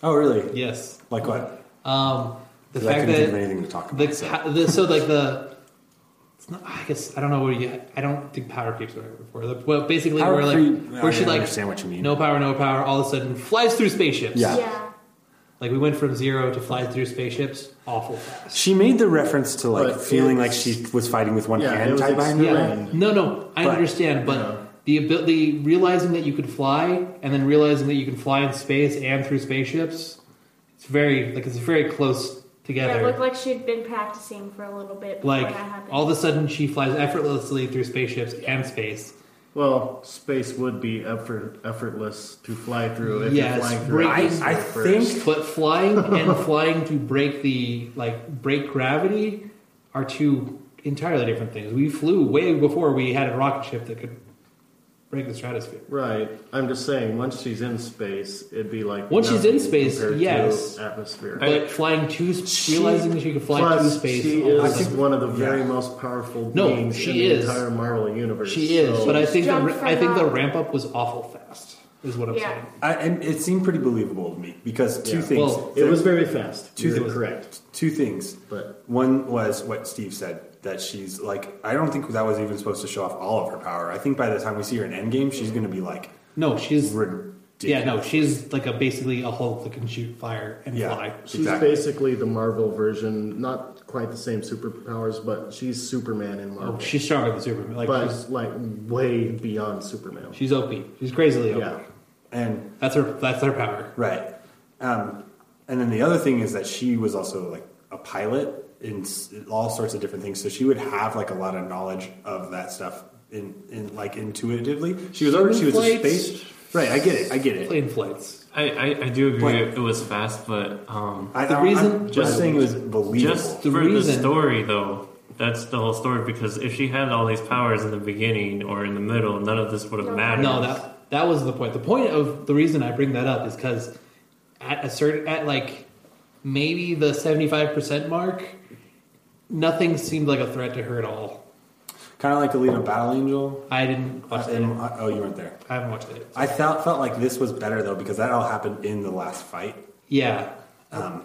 Oh, really?
Yes.
Like what?
Um, the
'Cause I
fact
couldn't think
that
of anything to talk about.
the, so. the so like the it's not, I guess I don't know where you I don't think power creeps are before. The- Well, basically
Power
where like
creep-
where
I
she like
understand what you mean.
no power, no power, all of a sudden flies through spaceships.
Yeah.
Yeah.
Like we went from zero to fly through spaceships, awful fast.
She made the reference to like
But
feeling like
it's-
she was fighting with one
Yeah, it
hand
was
tied behind her.
Yeah,
Right.
no, no, I
But-
understand, but the ability realizing that you could fly and then realizing that you can fly in space and through spaceships, it's very like it's very close together.
It looked like she'd been practicing for a little bit before
like
that happened.
all of a sudden she flies effortlessly through spaceships and space.
Well, space would be effort, effortless to fly through if
Yes,
you're flying through.
breaking-
atmosphere
I, I
first.
think
But flying and flying to break the like break gravity are two entirely different things. We flew way before we had a rocket ship that could break the stratosphere.
Right. I'm just saying, once she's in space, it'd be like
Once she's in
nothing
space,
compared to
yes.
atmosphere.
But flying to realizing that she could fly to
Plus,
space,
she
all of a
is
sudden-
one of the very
Yeah.
most powerful
No,
beings
she
in the
is.
entire Marvel universe.
she is.
so-
But I think the,
Jumped
ra-
from
I think the
up.
ramp up was awful fast. Is what I'm
Yeah.
saying.
I, and it seemed pretty believable to me because two
Yeah.
things.
Well,
it was very fast.
Two
You're
things.
correct.
two things.
But
One was what Steve said that she's like. I don't think that was even supposed to show off all of her power. I think by the time we see her in Endgame, she's going to be like
No, she's
ridiculous.
yeah. No, she's like a basically a Hulk that can shoot fire and
Yeah.
fly.
she's
Exactly.
basically the Marvel version, not quite the same superpowers, but she's Superman in Marvel.
Oh, she's stronger than Superman. Like
but
she's,
like way beyond Superman.
she's OP. She's crazily OP.
yeah.
and
That's her. That's her power.
right. Um, and then the other thing is that she was also like a pilot in s- all sorts of different things, so she would have like a lot of knowledge of that stuff in, in like intuitively. She was already she was a
Flights.
space. Right, I get it. I get it.
Plane flights.
I, I, I do agree
But-
it was fast, but um,
I,
The
I,
reason-
am just saying it was believable.
just
The
for
reason-
the story though, that's the whole story. Because if she had all these powers in the beginning or in the middle, none of this would have
No.
mattered.
No, that that was the point. The point of the reason I bring that up is because at a certain at like maybe the seventy five percent mark, nothing seemed like a threat to her at all.
kind of like Alita Battle Angel.
I didn't watch that.
And- oh, you weren't there.
I haven't watched it.
I felt felt like this was better though because that all happened in the last fight.
Yeah,
Um,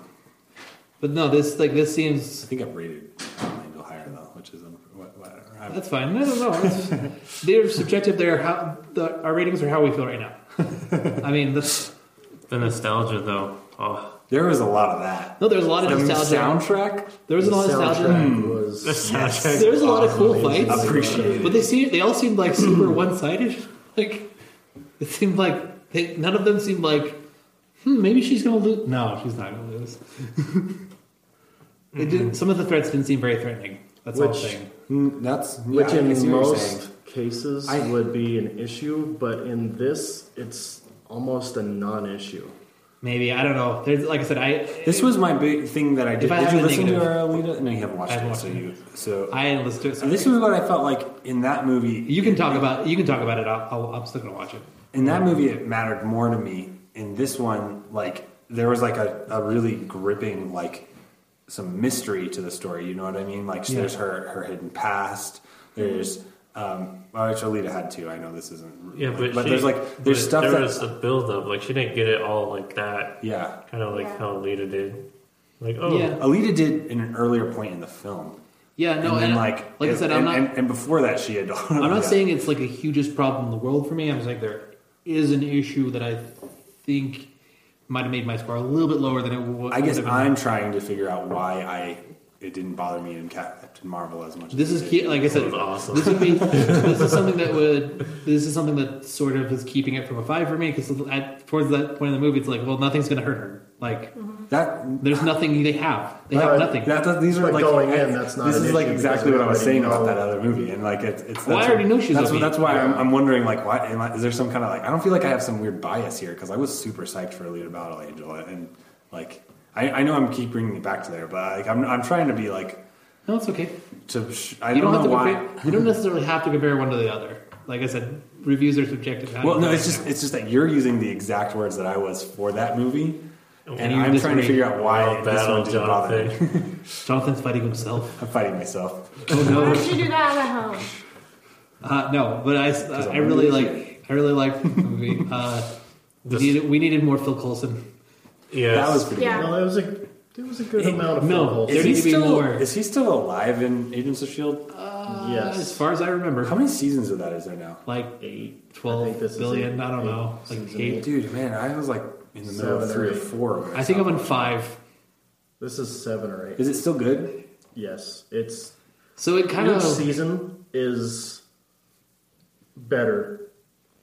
but no, this like this
I
seems
think I've rated Battle Angel higher though, which is un- what, what, I,
that's fine. No, no, no. It's- They're subjective. They're how the, our ratings are how we feel right now. I mean, that's,
The nostalgia though, oh,
there was a lot of that.
no, there's a lot of
The
nostalgia.
soundtrack
There was a
The
lot of nostalgia.
soundtrack was
the soundtrack.
There was a lot of cool fights.
appreciated.
But they seem they all seemed like super one sided. Like it seemed like they, none of them seemed like hmm, maybe she's gonna lose. No, she's not gonna lose. it didn't, some of the threats didn't seem very threatening. That's all I'm
Which-
saying.
Mm, that's yeah,
Which
I can see
in
what you're saying.
most cases
I-
would be an issue, but in this, it's almost a non-issue.
Maybe I don't know. There's like I said, I
This was my big thing that I did.
If I
did
have
you
a
listen
negative-
to our Alita? No, you haven't watched
I haven't
it.
watched
So
it.
you so.
I listened to it. So
this was what I felt like in that movie.
you can talk about you can talk about it. I'll, I'll, I'm still gonna watch it.
in that movie it mattered more to me in this one like there was like a, a really gripping like some mystery to the story you know what i mean like
Yeah.
there's her her hidden past there's um well actually Alita had two i know this isn't
Yeah, but, she-
there's like there's
but
stuff
There
that
was a build up. Like she didn't get it all like that.
yeah
Kind of like
Yeah.
how Lita did. Like oh
Yeah.
Alita did in an earlier point in the film
Yeah, no,
and,
and,
then,
like like I
and-
said,
and,
I'm not
and, and before that she had
I'm not saying it's like the hugest problem in the world for me. I'm just like there is an issue that I think might have made my score a little bit lower than it was.
i guess i'm trying to figure out why i it didn't bother me in captain marvel as much
This
as
is
it
ke-
did.
like I
that
said.
was awesome.
This would be. this is something that would. This is something that sort of is keeping it from a five for me because towards that point in the movie, it's like, well, nothing's going to hurt her. Like,
Mm-hmm. That
there's nothing they have. They have
Uh,
nothing.
that, that- these are
But
like
going in, that's not
This
an
is like
issue
exactly
because
what I was
we
saying
already
about
know.
that other movie, and like it's it's.
Well, I
that's
already
what-
knew she was
That's,
OP.
that's why I'm, I'm wondering like why am I, is there some kind of like I don't feel like I have some weird bias here because I was super psyched for Alita Battle Angel and like I, I know I'm keep bringing it back to there, but like I'm I'm trying to be like
no, it's okay.
to sh- I
You
don't,
don't,
know
have to
why.
compare. You don't necessarily have to compare one to the other. Like I said, reviews are subjective. I
Well,
don't
no,
know.
it's just it's just that you're using the exact words that I was for that movie, and,
And you
I'm trying to
disagree.
figure out why
Well,
this
battle,
one didn't bother me.
Jonathan.
Jonathan's fighting himself.
I'm fighting myself.
Oh
Why
no.
don't you do that at home?
Uh, no, but I, I,
I'm
really
lazy.
like I really liked the movie. Uh, we,
This-
needed, we needed more Phil Coulson.
Yes.
That was pretty.
Yeah.
No, it was a it was a good amount of
No,
no.
there needs to be more.
Is he still alive in Agents of Shield?
Uh,
Yes.
as far as I remember,
How many seasons of that is there now?
like
Eight. I
twelve
think this is
billion.
eight.
I don't know,
Eight.
like
Season
eight.
eight.
Dude, man, I was like in the middle
Seven
of
or
three or
eight.
four. Or
I think I'm on
something.
five.
This is seven or eight.
Is it still good?
Yes, it's
So it kind
each
of
season is better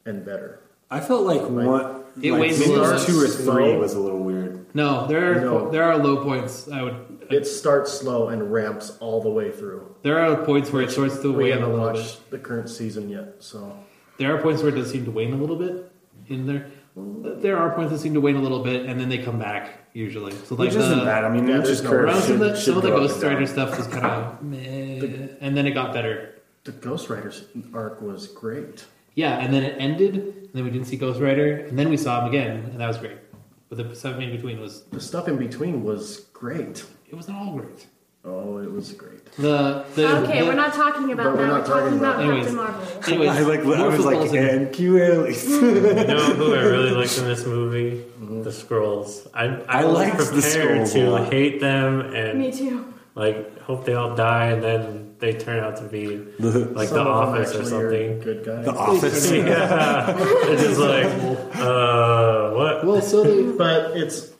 and better.
I felt like one.
It
like
weighs a
maybe
little
two or
slow.
three was a little weird.
no. There are
No.
there are low points. I would
It starts slow and ramps all the way through.
there are points where it starts to
We
wane a
haven't
little bit.
watched the current season yet, so
There are points where it does seem to wane a little bit in there. There are points that seem to wane a little bit, and then they come back usually. So like uh,
Which isn't
the-
bad. I mean,
yeah,
it
there's
just
no
curves
Around some
should-
of the,
should
some of the
go up and
Ghost
down.
Rider stuff was kind of meh, and then it got better.
the Ghost Rider's arc was great.
Yeah, and then it ended, and then we didn't see Ghost Rider, and then we saw him again, and that was great. But the stuff in between was
The stuff in between was great.
it was not all great.
Oh, it was great.
The, the
okay,
the-
we're not talking
But
about that.
we're
We're,
not talking
talking about,
about-
Captain
Anyways.
Marvel.
anyways,
I like. I
more
was
Phil
like, eh.
Coulson.
and Q Ailey.
You know who I really liked in this movie? The Scrolls. I, I,
I
was
liked the
prepared
Skrulls a
to
lot.
hate them and
Me too.
like hope they all die and then they turn out to be
The
like
Some
the
of them
office or
actually are
something.
Good guys.
the office.
yeah. It's just like uh what?
well, so they,
But it's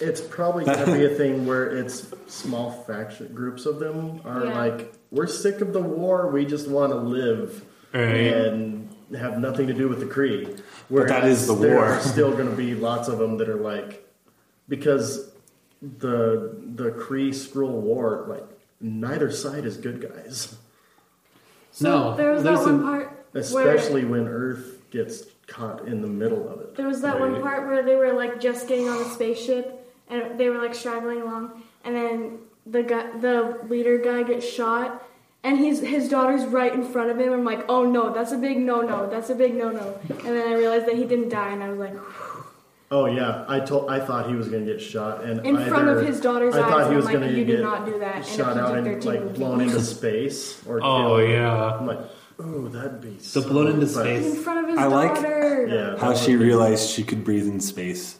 it's probably going to be a thing where it's small faction groups of them are
Yeah.
like, we're sick of the war, we just want to live
Right.
and have nothing to do with the Cree.
But that is the
there
war.
are still going to be lots of them that are like, because the the Cree Skrull War, like neither side is good guys,
So
No,
there was that
there's
one
some-
part where
especially when Earth gets caught in the middle of it.
there was that one
Right.
part where they were like just getting on the spaceship and they were like straggling along, and then the guy, the leader guy, gets shot. And he's, his daughter's right in front of him. I'm like, oh no, that's a big no no. That's a big no no. And then I realized that he didn't die, and I was like,
Oh yeah, I told I thought he was going to get shot, and
in
either,
front of his daughter's
I
eyes.
thought
and
he was
I'm like,
gonna
you
get
do not do that.
shot
in a
out and
PG-13
like
movie.
blown into space or
Oh
killed.
yeah.
I'm like, oh, that'd be
the blown into
but-
in
space.
front of his
I like-
daughter.
Yeah,
How
that
she
would be-
realized she could breathe in space.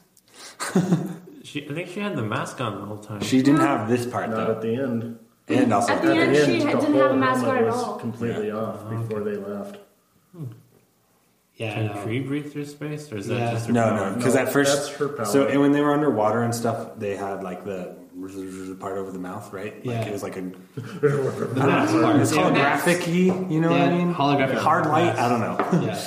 She, I think she had the mask on the whole time.
She didn't have this part
not at
though,
the end.
and also
At the end, she
the
didn't
whole
have a mask
helmet
on at
was
all.
Completely
Oh,
off before they left.
Yeah, I
Can
know.
Kree breathe through space, or is
Yeah.
that just her
No,
power?
no, because
No,
at first,
that's her power.
so and when they were underwater and stuff, they had like the part over the mouth, right? Like
Yeah.
it was like a
The mask part.
it's
yeah.
holographic y, you know what I
Yeah,
mean?
holographic.
hard light, I don't know.
Yeah.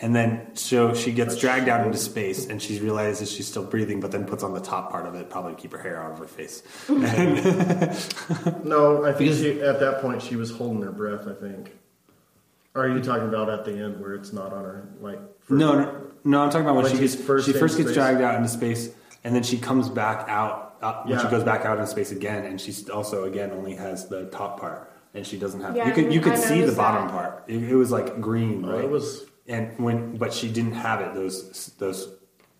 And then so she gets dragged out into space and she realizes she's still breathing, but then puts on the top part of it, probably to keep her hair out of her face.
No, I think
Because-
she, at that point she was holding her breath. I think. Are you talking about at the end where it's not on her like? for-
No, no, no I'm talking about when,
When
she
she's
gets
first
she
in
first gets
space.
dragged out into space, and then she comes back out. Uh, when she
Yeah.
goes back out into space again, and she's also again only has the top part, and she doesn't have.
Yeah,
you could you
I
could see the
noticed
bottom
that.
part. It, it was like green,
Oh,
right?
it was.
and when but she didn't have it. Those those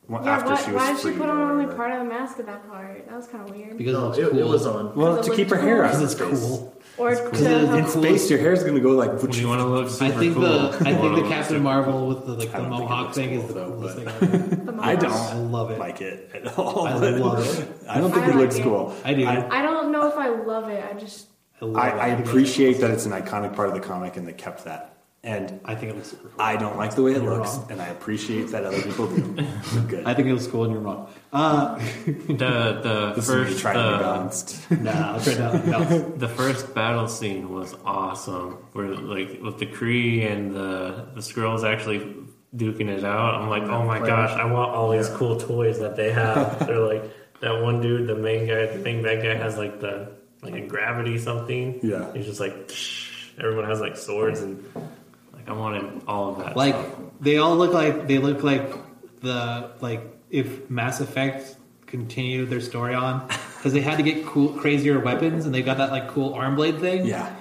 well,
Yeah,
after
why,
she was
why did she
free
put
or
on only
whatever.
part of the mask at that part? That was kind of weird.
Because
No,
it
it,
looks cool.
it was on.
Well,
Because
to
it
keep her
looked
hair
cool.
out
Because
of
it's
space.
cool.
Or
cool.
to
Because it
In
help
cool.
space, your hair's gonna go like.
When you want to look super
I think
cool,
the I
you
think
wanna
the
look
Captain
super-
Marvel with the like
I
the
don't think it
mohawk
looks
thing is
cool,
the
though,
coolest
but-
thing ever.
the
I
moms.
I
don't
love it.
like it at all.
I
but
love it.
I don't think
I
it
like
looks
it.
cool.
I do.
I,
I don't know if I love it. I just
I, love
I,
it.
I appreciate that it's an iconic part of the comic and they kept that. And
I think it looks super cool.
I don't like the way it
You're
looks,
wrong.
and I appreciate that other people do. Good.
I think it looks cool, and you're wrong. Uh,
the the
this is me
first
trying to be
uh,
balanced.
nah, I'll try that. No.
the first battle scene was awesome. Where like with the Kree and the the Skrulls actually duking it out. I'm like, oh my gosh, I want all these cool toys that they have. They're like that one dude, the main guy, the main bad guy has like the like a gravity something.
Yeah.
He's just like everyone has like swords and like I wanted all of that.
Like
stuff.
they all look like they look like the like if Mass Effect continued their story on because they had to get cool crazier weapons and they got that like cool arm blade thing.
Yeah,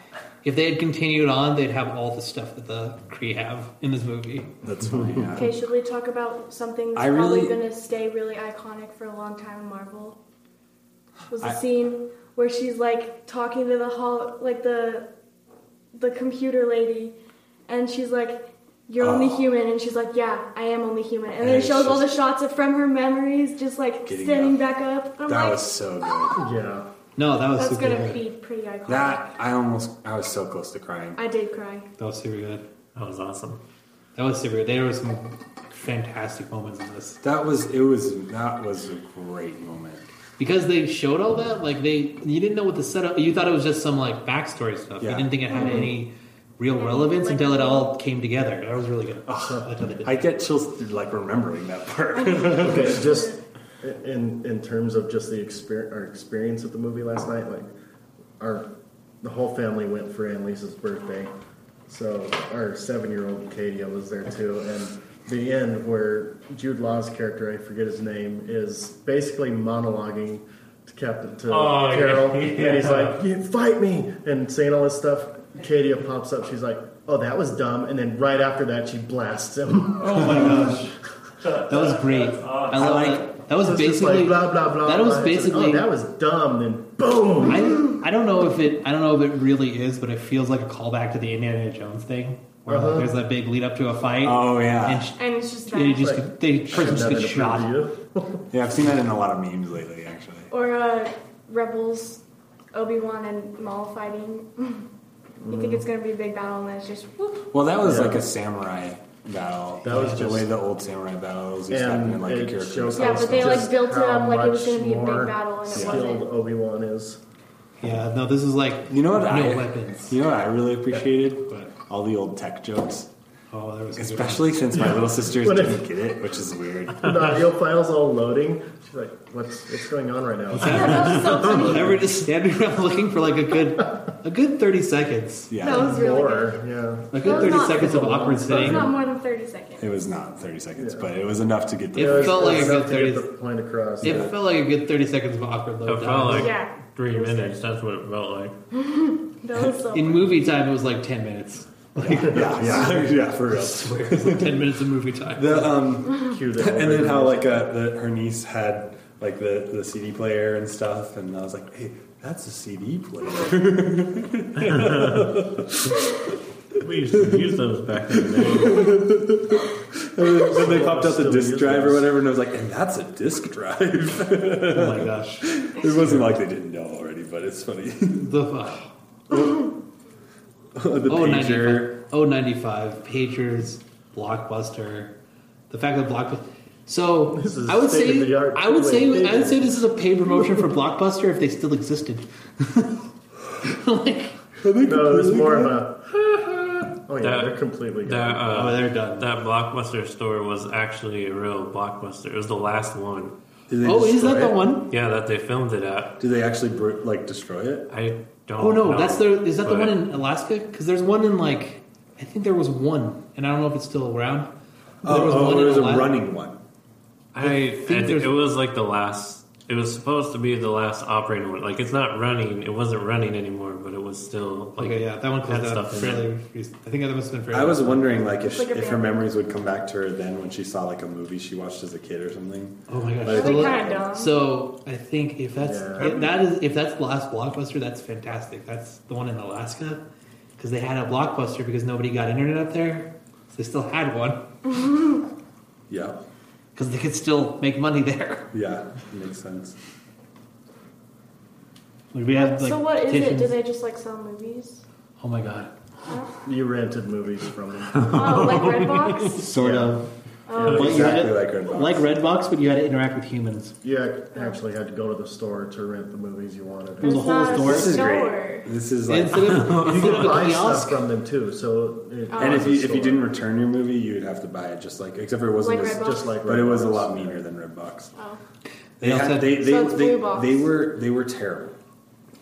If they had continued on, they'd have all the stuff that the Kree have in this movie.
that's funny. yeah.
Okay, should we talk about something that's
I really-
probably going to stay really iconic for a long time in Marvel? Was the
I-
scene where she's like talking to the hall, like the the computer lady, and she's like, "You're only
Oh.
human," and she's like, "Yeah, I am only human," and, then it
it's
shows all the
just-
shots of from her memories, just like
Getting
standing
up.
back up. And I'm
That
like,
was so good.
Yeah.
No, that was
that's
super
gonna
good.
be pretty iconic.
That I almost I was so close to crying.
I did cry.
That was super good.
that was awesome.
That was super good. There were some fantastic moments in this.
That was it was that was a great moment.
Because they showed all that, like they you didn't know what the setup you thought it was just some like backstory stuff. You
Yeah.
didn't think it had any real
Yeah,
relevance
like-
until it all came together. That was really good. That's what they did.
I get chills like remembering that part.
Okay, just in in terms of just the experience, our experience at the movie last night, like our the whole family went for Annalisa's birthday. So our seven year old Katia was there too, and the end where Jude Law's character, I forget his name, is basically monologuing to Captain to
Oh,
Carol,
yeah.
and he's like, "You fight me," and saying all this stuff. Katia pops up. She's like, "Oh, that was dumb," and then right after that, she blasts him.
That was great. I
I
love
like-
that. That was
It's just
basically
like blah blah blah.
That was
blah. It's like,
basically.
oh, that was dumb. Then boom.
I, I don't know if it I don't know if it really is, but it feels like a callback to the Indiana Jones thing, where like,
Uh-huh.
there's that big lead up to a fight,
Oh
and
yeah,
sh-
And it's just that.
they just
Like,
get- they person just
Shouldn't
gets
have been a
shot.
preview.
yeah. I've seen that in a lot of memes lately. Actually,
Or uh, Rebels, Obi Wan and Maul fighting. you think it's gonna be a big battle, and then it's just whoop.
well, that was
Yeah.
like a samurai battle.
That was
the
just-
way the old samurai battles used to happen in
And
like a
it
character.
shows
Yeah,
us
but they, like,
just
built it up
how
like it was
much
gonna be a big
more
battle, and it
skilled
wasn't.
Obi Wan is.
Yeah, no, this is like
You know what
no
I
weapons.
You know what I really appreciated?
But
All the old tech jokes,
oh, there was a good one.
especially since my little sisters
What if-
didn't get it, which is weird.
The audio file's all loading. She's like, "What's what's going on right now?"
Yeah, that was so funny.
Everyone just standing around looking for like a good a good thirty seconds.
Yeah,
That was really
More,
good.
yeah.
A
That
good
was
thirty
not-
seconds of awkward
That was
sitting.
not more than 30 seconds.
it was not thirty seconds,
Yeah.
but it was enough to get the
It
was-
felt like a
was enough
good
to
30s.
get the point across.
It felt like a good thirty seconds of awkward low
It felt
dive.
like
Yeah.
three
It was
minutes. That's what it felt like.
That was so
In
funny.
movie time, it was like ten minutes.
yeah, yeah, yeah, for real.
It was like ten minutes of movie time.
The um,
Cue the
and then
audio.
how like uh, the, her niece had like the, the CD player and stuff, and I was like, hey, that's a CD player.
We used to use those back in the day.
and then, then they popped out the
Still
disk
use
drive or
those.
whatever, and I was like, and that's a disk drive.
Oh my gosh,
it wasn't like they didn't know already, but it's funny.
the fuck.
the
Oh,
pager.
95. Oh, 95. Pagers, Blockbuster. The fact that Blockbuster. So
This is
I would say
state-of-the-art
I would say
two-way
I would say this is a paid promotion for Blockbuster if they still existed. like,
No, it was more of a. Oh yeah,
That-
they're completely.
That
gone.
uh,
Oh, they're done.
That blockbuster store was actually a real blockbuster. It was the last one.
Did they
oh, is
destroy
that the
it?
one?
Yeah, that they filmed it at.
Did they actually br- like destroy it?
I don't.
Oh no,
know,
that's the is that the
but-
one in Alaska? Because there's one in like I think there was one, and I don't know if it's still around. But
Oh, oh,
one
there
in
was a
Alaska.
running one.
I, I think
there's-
it was like the last. It was supposed to be the last operating one. Like it's not running. It wasn't running anymore, but it was still like
okay, yeah, that one
had
closed up
stuff in it.
fairly. Recent. I think that must have been fairly.
I was wondering, like, if,
It's like a
if her
band.
memories would come back to her then when she saw like a movie she watched as a kid or something.
Oh my gosh!
That'd
be
So-
kinda dumb.
So I think if that's
Yeah.
if that is if that's the last blockbuster, that's fantastic. That's the one in Alaska because they had a blockbuster because nobody got internet up there, so they still had one
Yeah,
because they could still make money there.
yeah, makes sense.
We had, like,
so what is it?
petitions.
Do they just like sell movies?
Oh my god!
you rented movies from them.
Oh, like Redbox?
Sort of
Oh,
But you had
exactly
it-
like Red Box.
like Redbox, but you had to interact with humans.
You ac- actually had to go to the store to rent the movies you wanted.
There's a
it's
whole
not
store.
a
This is
store.
great. This is like,
instead of,
You
instead
could
of a
buy
kiosk,
stuff from them too. So it,
Oh.
and if you
it's a
if you
store.
didn't return your movie, you would have to buy it just like except for it wasn't
Like
as,
Redbox?
just like,
but it was a
Redbox.
lot meaner than Redbox.
Oh.
They,
all
had,
said-
they, they,
So it's
they,
blue box.
they were they were terrible.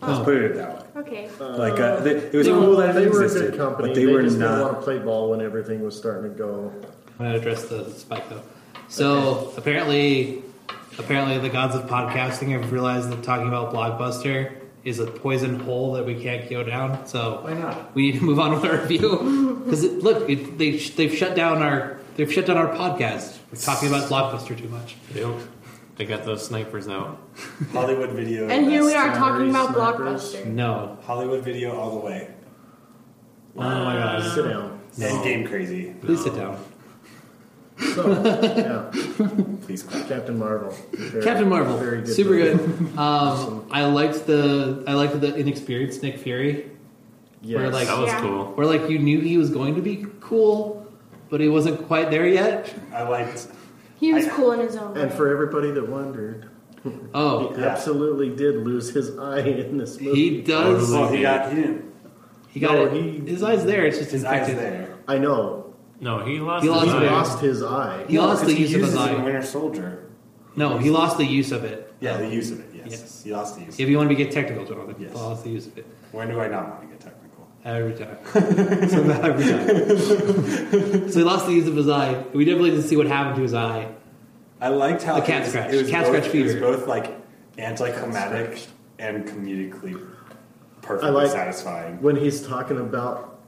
Let's
Oh.
put it that way.
Okay.
Like uh, they, it was
They
cool
were-
that
they
it
were a
existed,
good company.
but they, were
just didn't
not.
want to play ball when everything was starting to go.
I'm gonna address the spike though. So apparently, apparently the gods of podcasting have realized that talking about Blockbuster is a poison hole that we can't go down. So
Why not?
we need to move on with our review because look, it, they they've shut down our they've shut down our podcast. We're talking about Blockbuster too much.
They don't. They got those snipers out.
Hollywood video.
And here we
best.
are talking about
snipers.
Blockbuster.
No.
Hollywood video all the way.
Oh my god.
Sit down.
And game crazy.
Please sit down.
Yeah,
Please clap.
Captain Marvel. Very-
Captain Marvel,
very good
super
movie.
good. Um, I liked the I liked the inexperienced Nick Fury, where
Yes.
like
That was
Yeah.
cool.
where like you knew he was going to be cool, but he wasn't quite there yet.
I liked.
He was
I-
cool in his own way.
and for everybody that wondered, he
Oh,
absolutely did lose his eye in this movie.
he does.
Well, Oh, he got he didn't.
He got
No,
it.
he-
his eyes there. It's just
His eyes
infected.
there.
I know.
No, he lost.
He
his
lost
He
Oh,
eye.
yeah.
lost his eye.
He lost the
Because
use of
uses
his
it in
eye.
Winter Soldier. Oh,
No, he lost the use of it.
Yeah, the use of it. Yes,
Yes.
he lost the use.
If you want to get technical, Jonathan,
Yes.
he lost the use of it
When do I not want to get technical?
every time. so about every time. so he lost the use of his eye. We definitely didn't see what happened to his eye.
I liked how
The cat
it was,
scratch.
It was
Cat
both,
scratch
It was
fever.
both like anticlimactic and comedically perfectly
I like-
satisfying.
When he's talking about,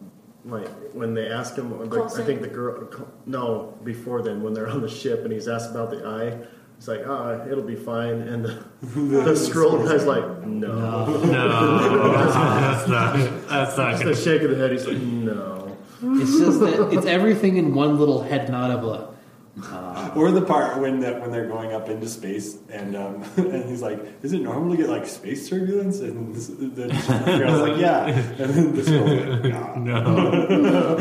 like, when they ask him, like, I
Coulson.
think the girl, no, before then, when they're on the ship and he's asked about the eye, it's like, ah, it'll be fine. And the, the scroll guy's like, no.
No, that's not. That's not
Just
good.
a shake of the head, he's like, no.
It's just that it's everything in one little head nod of a.
Or the part when the, when they're going up into space and um, and he's like, "Is it normal to get like space turbulence?" And this- the girl's like, "Yeah." And then the girl's like, nah.
No,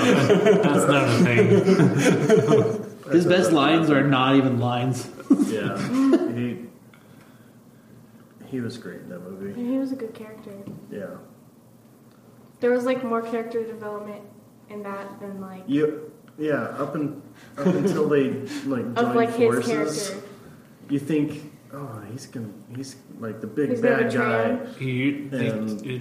that's not a thing.
His best lines are not even lines.
Yeah. he, he was great in that movie.
And he was a good character.
Yeah.
There was like more character development in that than like
You, yeah, up, and, up until they, like, joined
of like his
forces.
character.
you think, oh, he's gonna, he's like the big
He's gonna
bad
betray
guy.
him.
You,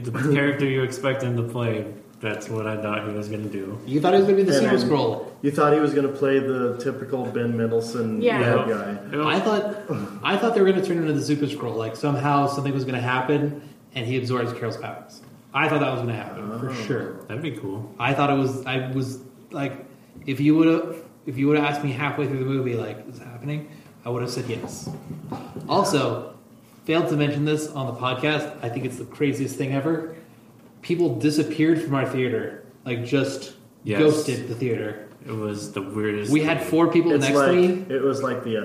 the, the character you expect him to play. That's what I thought he was gonna do.
You thought it was going to be the
And
Super
then-
Scroll.
You thought he was gonna play the typical Ben Mendelsohn
Yeah.
bad guy.
I thought, I thought they were going to turn into the Super Scroll. Like somehow something was going to happen, and he absorbs Carol's powers. I thought that was going to happen for sure.
That'd be cool.
I thought it was. I was like, if you would have, if you would have asked me halfway through the movie, like, is it happening? I would have said yes. Also, failed to mention this on the podcast. I think it's the craziest thing ever. People disappeared from our theater, like just
Yes.
ghosted the theater.
It was the weirdest.
We had
thing.
four people
It's
next
like
to me.
it was like the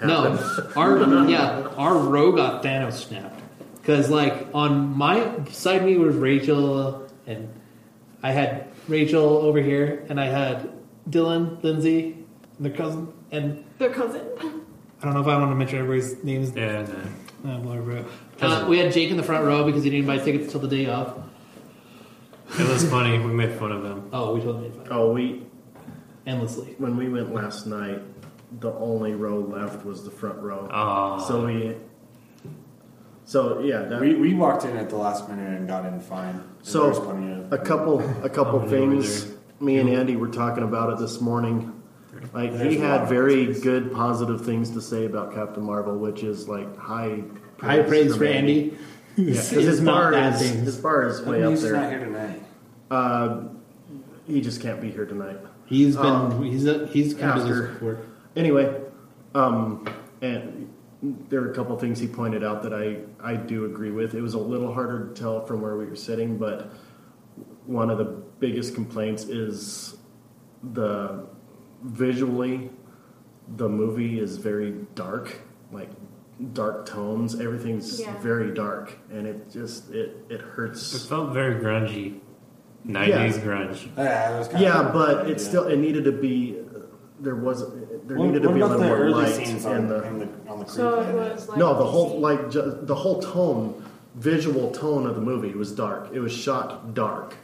uh,
No,
happened.
our yeah, our row got Thanos snapped because like on my side me was Rachel and I had Rachel over here and I had Dylan, Lindsay, and their cousin, and
Their cousin.
I don't know if I want to mention everybody's names.
Yeah, no.
Uh, blah, blah, blah. Uh,
Cousin.
we had Jake in the front row because he didn't buy tickets till the day of.
it was funny. We made fun of him.
Oh, we totally made fun
Oh, we
endlessly.
when we went last night, the only row left was the front row.
Oh,
So we, so yeah, that,
We, we walked in at the last minute and got in fine. And
So,
there was plenty of-
a couple a couple
Oh, yeah, over
things. Me and Andy were talking about it this morning. Like
There's
he
a lot
had
of
very good positive things to say about Captain Marvel, which is like high
High praise for
me.
Andy.
Yeah, 'cause
It's
his
not
bar
bad
is
things.
his bar is way up
He's not
there.
here tonight.
Uh, he just can't be here tonight.
He's been
Um,
he's a, he's come to
after-
this support.
Anyway, um, and there were a couple things he pointed out that I, I do agree with. It was a little harder to tell from where we were sitting, but one of the biggest complaints is the visually, the movie is very dark, like dark tones. Everything's
Yeah.
very dark, and it just it it hurts.
it felt very grungy. Nineties grunge.
Yeah, it was kind
Yeah,
of-
but it
yeah.
still it needed to be. There was there
What-
needed to
what
be a
about
little
the
more
early
light
scenes
in
on
the,
in the on the creek.
So it
and
was like
no the whole like ju- the whole tone, visual tone of the movie was dark. It was shot dark.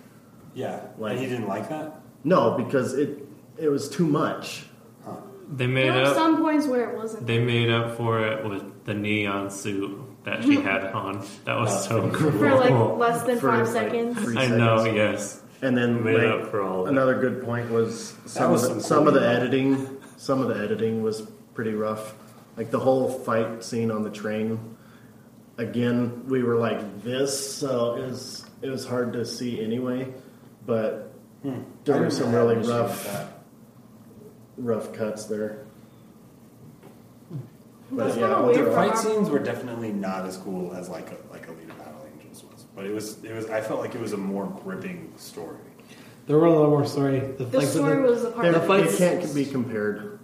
yeah,
like-
and he didn't like that.
No, because it it was too much.
Huh.
They made
There were
up.
some points where it wasn't.
They made up for it with the neon suit that she had on. That was so cool.
for like less than
For,
five
like,
seconds.
three
I
seconds.
know. Yes,
And then
made
like,
up for all. Of that.
another good point was some
was
of
some
the, some of
cool
the editing. Some of the editing was pretty rough. Like the whole fight scene on the train. Again, we were like this, so it was it was hard to see anyway. But
Hmm.
there were some really rough rough cuts there.
That's
But, yeah,
kind of
but
weird.
The
for
fight
our-
scenes were definitely not as cool as like a, like Alita Battle Angels was, but it was it was I felt like it was a more gripping story.
There were a little more story. The,
The
like,
story
the-
was the part.
They're-
The
that-
They
fights-
can't be compared.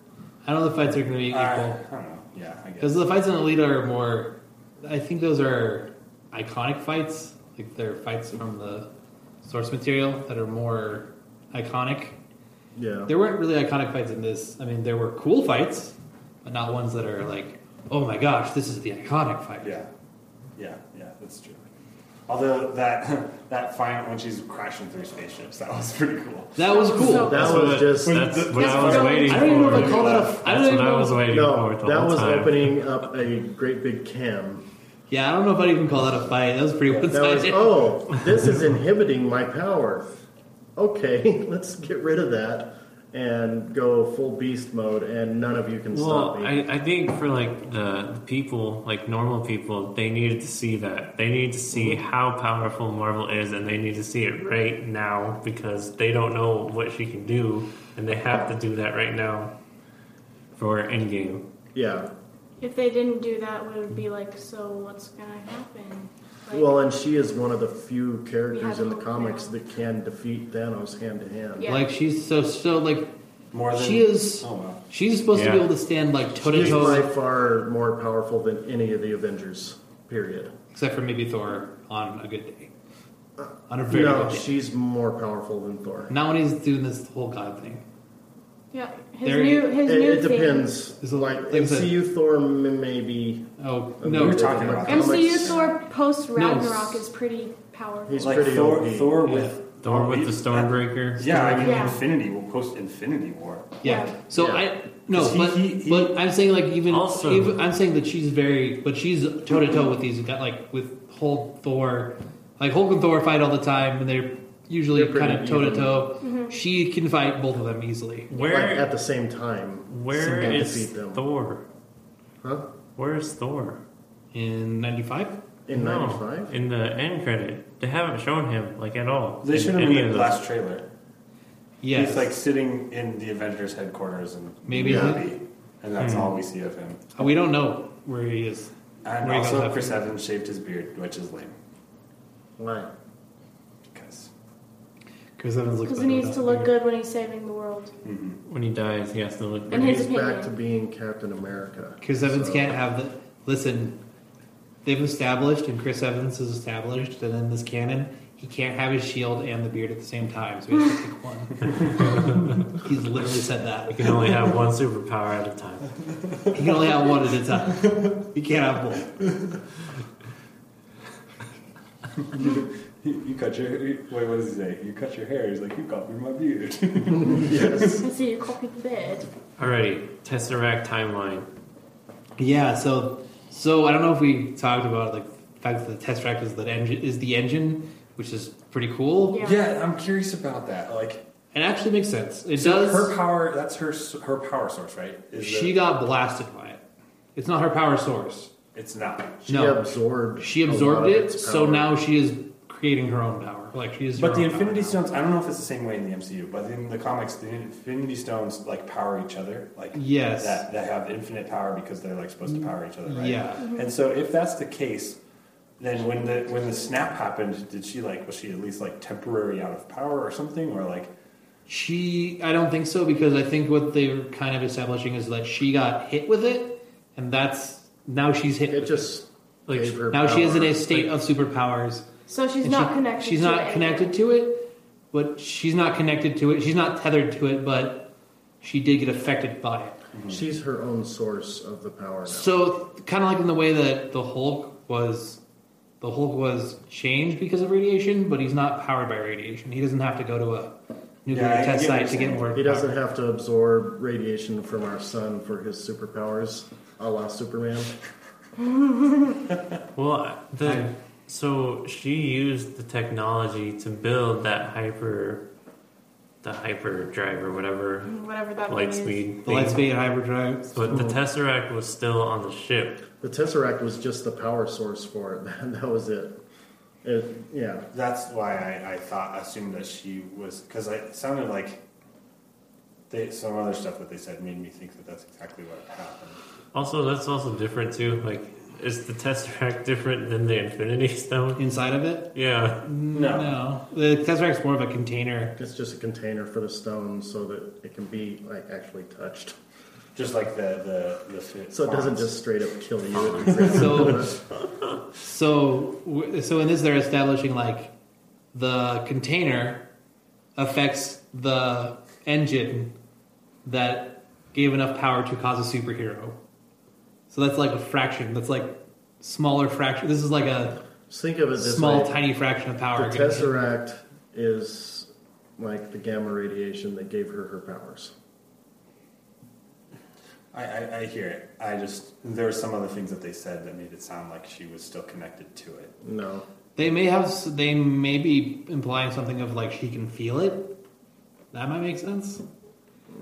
I know the fights are going to be
I, I
E-, equal
don't know. Yeah, I guess.
because the fights in Alita are more. I think those are iconic fights. Like they're fights from the source material that are more iconic.
Yeah,
There weren't really iconic fights in this. I mean, there were cool fights, but not ones that are like, oh my gosh, this is the iconic fight.
Yeah, yeah, yeah. That's true. Although that that final when she's crashing through spaceships, that was pretty cool.
That was cool.
So-
that was just
That's
That's
what I was
so-
waiting
I
for.
don't even know if I call that a. I don't
That's
even
what I
know-
was waiting for
no.
the
That
whole
was
time.
opening up a great big cam.
Yeah, I don't know if I'd even call that a fight. That was pretty one
That was,
sided.
oh, this is inhibiting my power. Okay, let's get rid of that and go full beast mode, and none of you can stop
Well,
me.
I, I think for like the, the people, like normal people, they needed to see that. They need to see how powerful Marvel is, and they need to see it right now because they don't know what she can do, and they have to do that right now for Endgame.
yeah.
If they didn't do that, we would be like, so what's gonna happen? Like,
Well, and she is one of the few characters
have
in the
hope
comics
now.
that can defeat Thanos hand to hand.
Yeah.
Like she's so so like
More than
she is.
Oh wow.
She's supposed to
Yeah.
be able to stand like toe to
She's by
toe,
far more powerful than any of the Avengers. Period.
except for maybe Thor on a good day, on a very
No,
good day.
she's more powerful than Thor.
Not when he's doing this whole god thing.
yeah, his
There-
new his
It,
new
it
thing.
depends.
Is it
Like
like I said-
MCU Thor, m- maybe
Oh
Uh,
no,
we
We're talking about
MCU
comics.
Thor post Ragnarok
No.
is pretty powerful.
he's
like
pretty
Thor,
OP.
Thor
Yeah.
with
Thor with the
Stormbreaker.
Stormbreaker.
Oh, Yeah, I mean
Yeah.
Infinity. We'll post Infinity War.
yeah.
Yeah.
So
Yeah.
I no,
'Cause he-
but
he- he-
but I'm saying like even,
Also-
even I'm saying that she's very, but she's toe to toe with these got like with Hulk Thor, like Hulk and Thor fight all the time, and they're usually
They're
kind
pretty
of toe to
Mm-hmm.
toe. She can fight both of them easily.
like
Where
at the same time.
where
somebody
is
defeat them.
Thor?
Huh?
Where is Thor?
In '95,
In
No,
'95?
in the end credit, they haven't shown him like at all.
They
in
should have
any
been in
of
the
those.
last trailer.
yes,
He's like sitting in the Avengers headquarters and
Maybe.
and that's all we see of him.
we don't know where he is.
And
Where he goes
also,
after
Chris
that.
Evans shaved his beard, which is lame
Why?
because
Chris Evans looks
Because he
better
needs
without
to look
beard.
good when he's saving the world.
When he dies, he has to look.
And
like-
his
He's
opinion.
back to being Captain America.
Chris Evans
So-
can't have the. Listen, they've established, and Chris Evans has established that in this canon, he can't have his shield and the beard at the same time, so he has to pick one. He's literally said
You
that.
can only have one superpower at a time.
He can only have one at a time. He can't have both.
you cut your wait. What does he say? You cut your hair. He's like, you cut me my beard.
I see you copied the bed.
Alrighty, Tesseract timeline.
Yeah, so so I don't know if we talked about like the fact that the test track is the engine is the engine, which is pretty cool.
Yeah.
yeah, I'm curious about that. Like
It actually makes sense. It
so
does.
her power. That's her s- her power source, right? Is
she
the-
got blasted by it. It's not her power source.
it's not.
She
No.
absorbed.
She
a lot
absorbed
of
it,
its
so
power.
now she is creating her own power. Like she is. her
But the
own power
Infinity
now.
Stones, I don't know if it's the same way in the MCU, but in the comics, the Infinity Stones like power each other, like
Yes.
that, that have infinite power because they're like supposed to power each other, right?
Yeah.
And so if that's the case, then when the when the snap happened, did she like was she at least like temporary out of power or something, or like
She. I don't think so because I think what they're kind of establishing is that she got hit with it, and that's now she's hit.
It
with
just
like
gave her
now she is in
power.
a state of superpowers.
So she's
and
not
she-
connected.
She's
to
not
it.
connected to it, but she's not connected to it. She's not tethered to it, but she did get affected by it.
She's her own source of the power. Now.
So kind of like in the way that the Hulk was, the Hulk was changed because of radiation, but he's not powered by radiation. He doesn't have to go to a nuclear
Yeah, I
test
get what
site to
you're
get
saying.
more.
He doesn't
power.
have to absorb radiation from our sun for his superpowers, a la Superman.
Well,
I-
the so she used the technology to build that hyper, the hyper drive or whatever
Whatever that
light
is.
speed.
The
thing.
lightspeed hyperdrive.
But the tesseract was still on the ship.
The Tesseract was just the power source for it. That- that was it. it yeah.
That's why I, I thought assumed that she was because it sounded like they, some other stuff that they said made me think that that's exactly what happened.
Also, that's also different too. Like, is the tesseract different than the Infinity Stone?
Inside of it?
Yeah.
No,
No. The Tesseract's more of a container.
It's just a container for the stone so that it can be like actually touched.
just like the the, the
So it doesn't
fonts.
just straight up kill you. It creates
So, so, w- so in this, they're establishing like the container affects the engine that gave enough power to cause a superhero. So that's like a fraction. That's like smaller fraction. This is like a
Just think of it this
small,
way.
tiny fraction of power.
The Tesseract is like the gamma radiation that gave her her powers.
I, I, I hear it. I just there were some other things that they said that made it sound like she was still connected to it.
No.
They may have. s- They may be implying something of like she can feel it. That might make sense.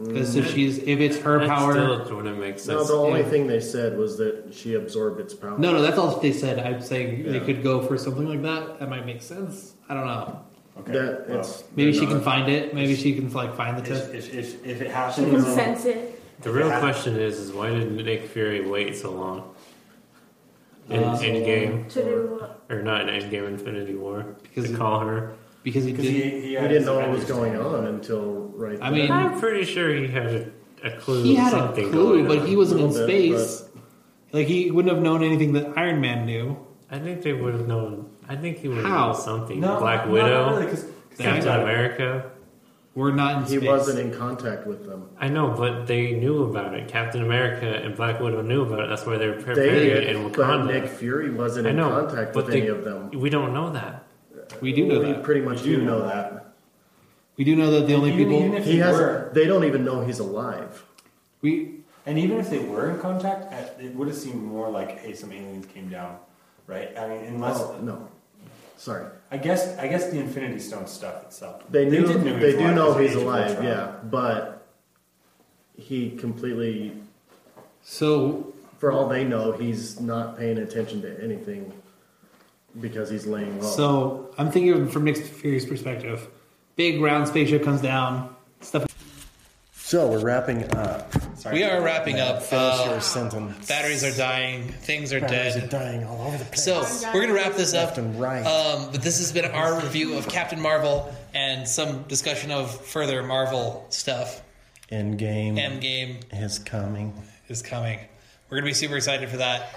Because
Mm.
if she's, if it's her
that
power,
still wouldn't make
No,
sense.
the only
yeah.
thing they said was that she absorbed its power.
No, no, that's all they said. I'm saying they
Yeah.
could go for something like that. That might make sense. I don't know.
Okay,
That,
well,
it's,
Maybe
they're
she can
not-
find it. Maybe she can like find the test.
if, if, if, if it um,
She can
happens, on,
sense it.
The real
Yeah.
question is, is why did Nick Fury wait so long? In
Uh,
Endgame,
To do what?
or not in Endgame, Infinity War,
Because
to
he-
call her.
Because he
because he,
did.
he,
He
had
didn't
to
know what was
understand.
going on until right.
I
then.
mean,
I'm pretty sure he had a, a clue.
He had a
something
clue,
going
but
on.
he wasn't in
Little bit,
space. Like he wouldn't have known anything that Iron Man knew.
I think they would have known. I think he would have
How?
known something.
No,
Black
no,
Widow,
not really, 'cause- 'cause
They-
Captain
Yeah.
America.
We're not in
he
space.
wasn't in contact with them.
I know, but they knew about it. Captain America and Black Widow knew about it. That's why they were
They
preparing it in
did, but Nick
Wakanda.
Fury wasn't
I
in
know,
contact
but
with
they-
any of them.
We don't know that.
we do know
We
that.
pretty much
You
do
know
know that.
We do know that the only
Even- even
people
if
He
they
has.
were,
They don't even know he's alive.
we
and even if they were in contact, uh, it would have seemed more like, hey, some aliens came down, right? I mean, unless
Oh no, sorry.
I guess I guess the Infinity Stone stuff itself.
They knew. They,
did know he was
do
alive
know
because of Age of
he's alive.
Ultron.
Yeah, but he completely.
so
For all they know, he's not paying attention to anything because he's laying low.
So I'm thinking of- from Nick Fury's perspective. Big round spaceship comes down. Stuff.
So we're wrapping up.
Sorry.
wrapping up. Uh,
Finish your sentence.
batteries are dying. Things are
Batteries are dying all over the place.
So we're gonna wrap this up.
Left and right.
Um, but this has been our review of Captain Marvel and some discussion of further Marvel stuff.
Endgame
Endgame
is coming.
is coming. We're gonna be super excited for that.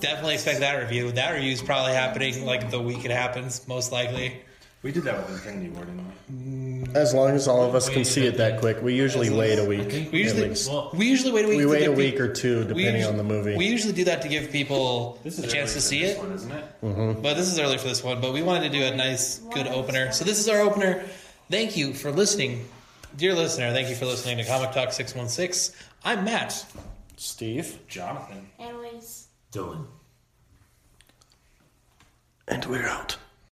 Definitely expect that review. That review is probably happening like the week it happens, most likely.
We did that with Infinity War, didn't we?
As long as all of us can see it that quick, we usually wait a week.
think-
We
at
usually
least.
Well-
we usually wait a week.
we
to
wait
get
a
pe-
week or two,
we
depending
usually-
on the movie.
We usually do that to give people a chance
early
to
for
see
this
it.
one, isn't it?
But this is early for this one, but we wanted to do a nice, good opener. So this is our opener. Thank you for listening. Dear listener, thank you for listening to Comic Talk 616. I'm Matt.
Steve.
Jonathan.
Annalise.
Dylan.
And we're out.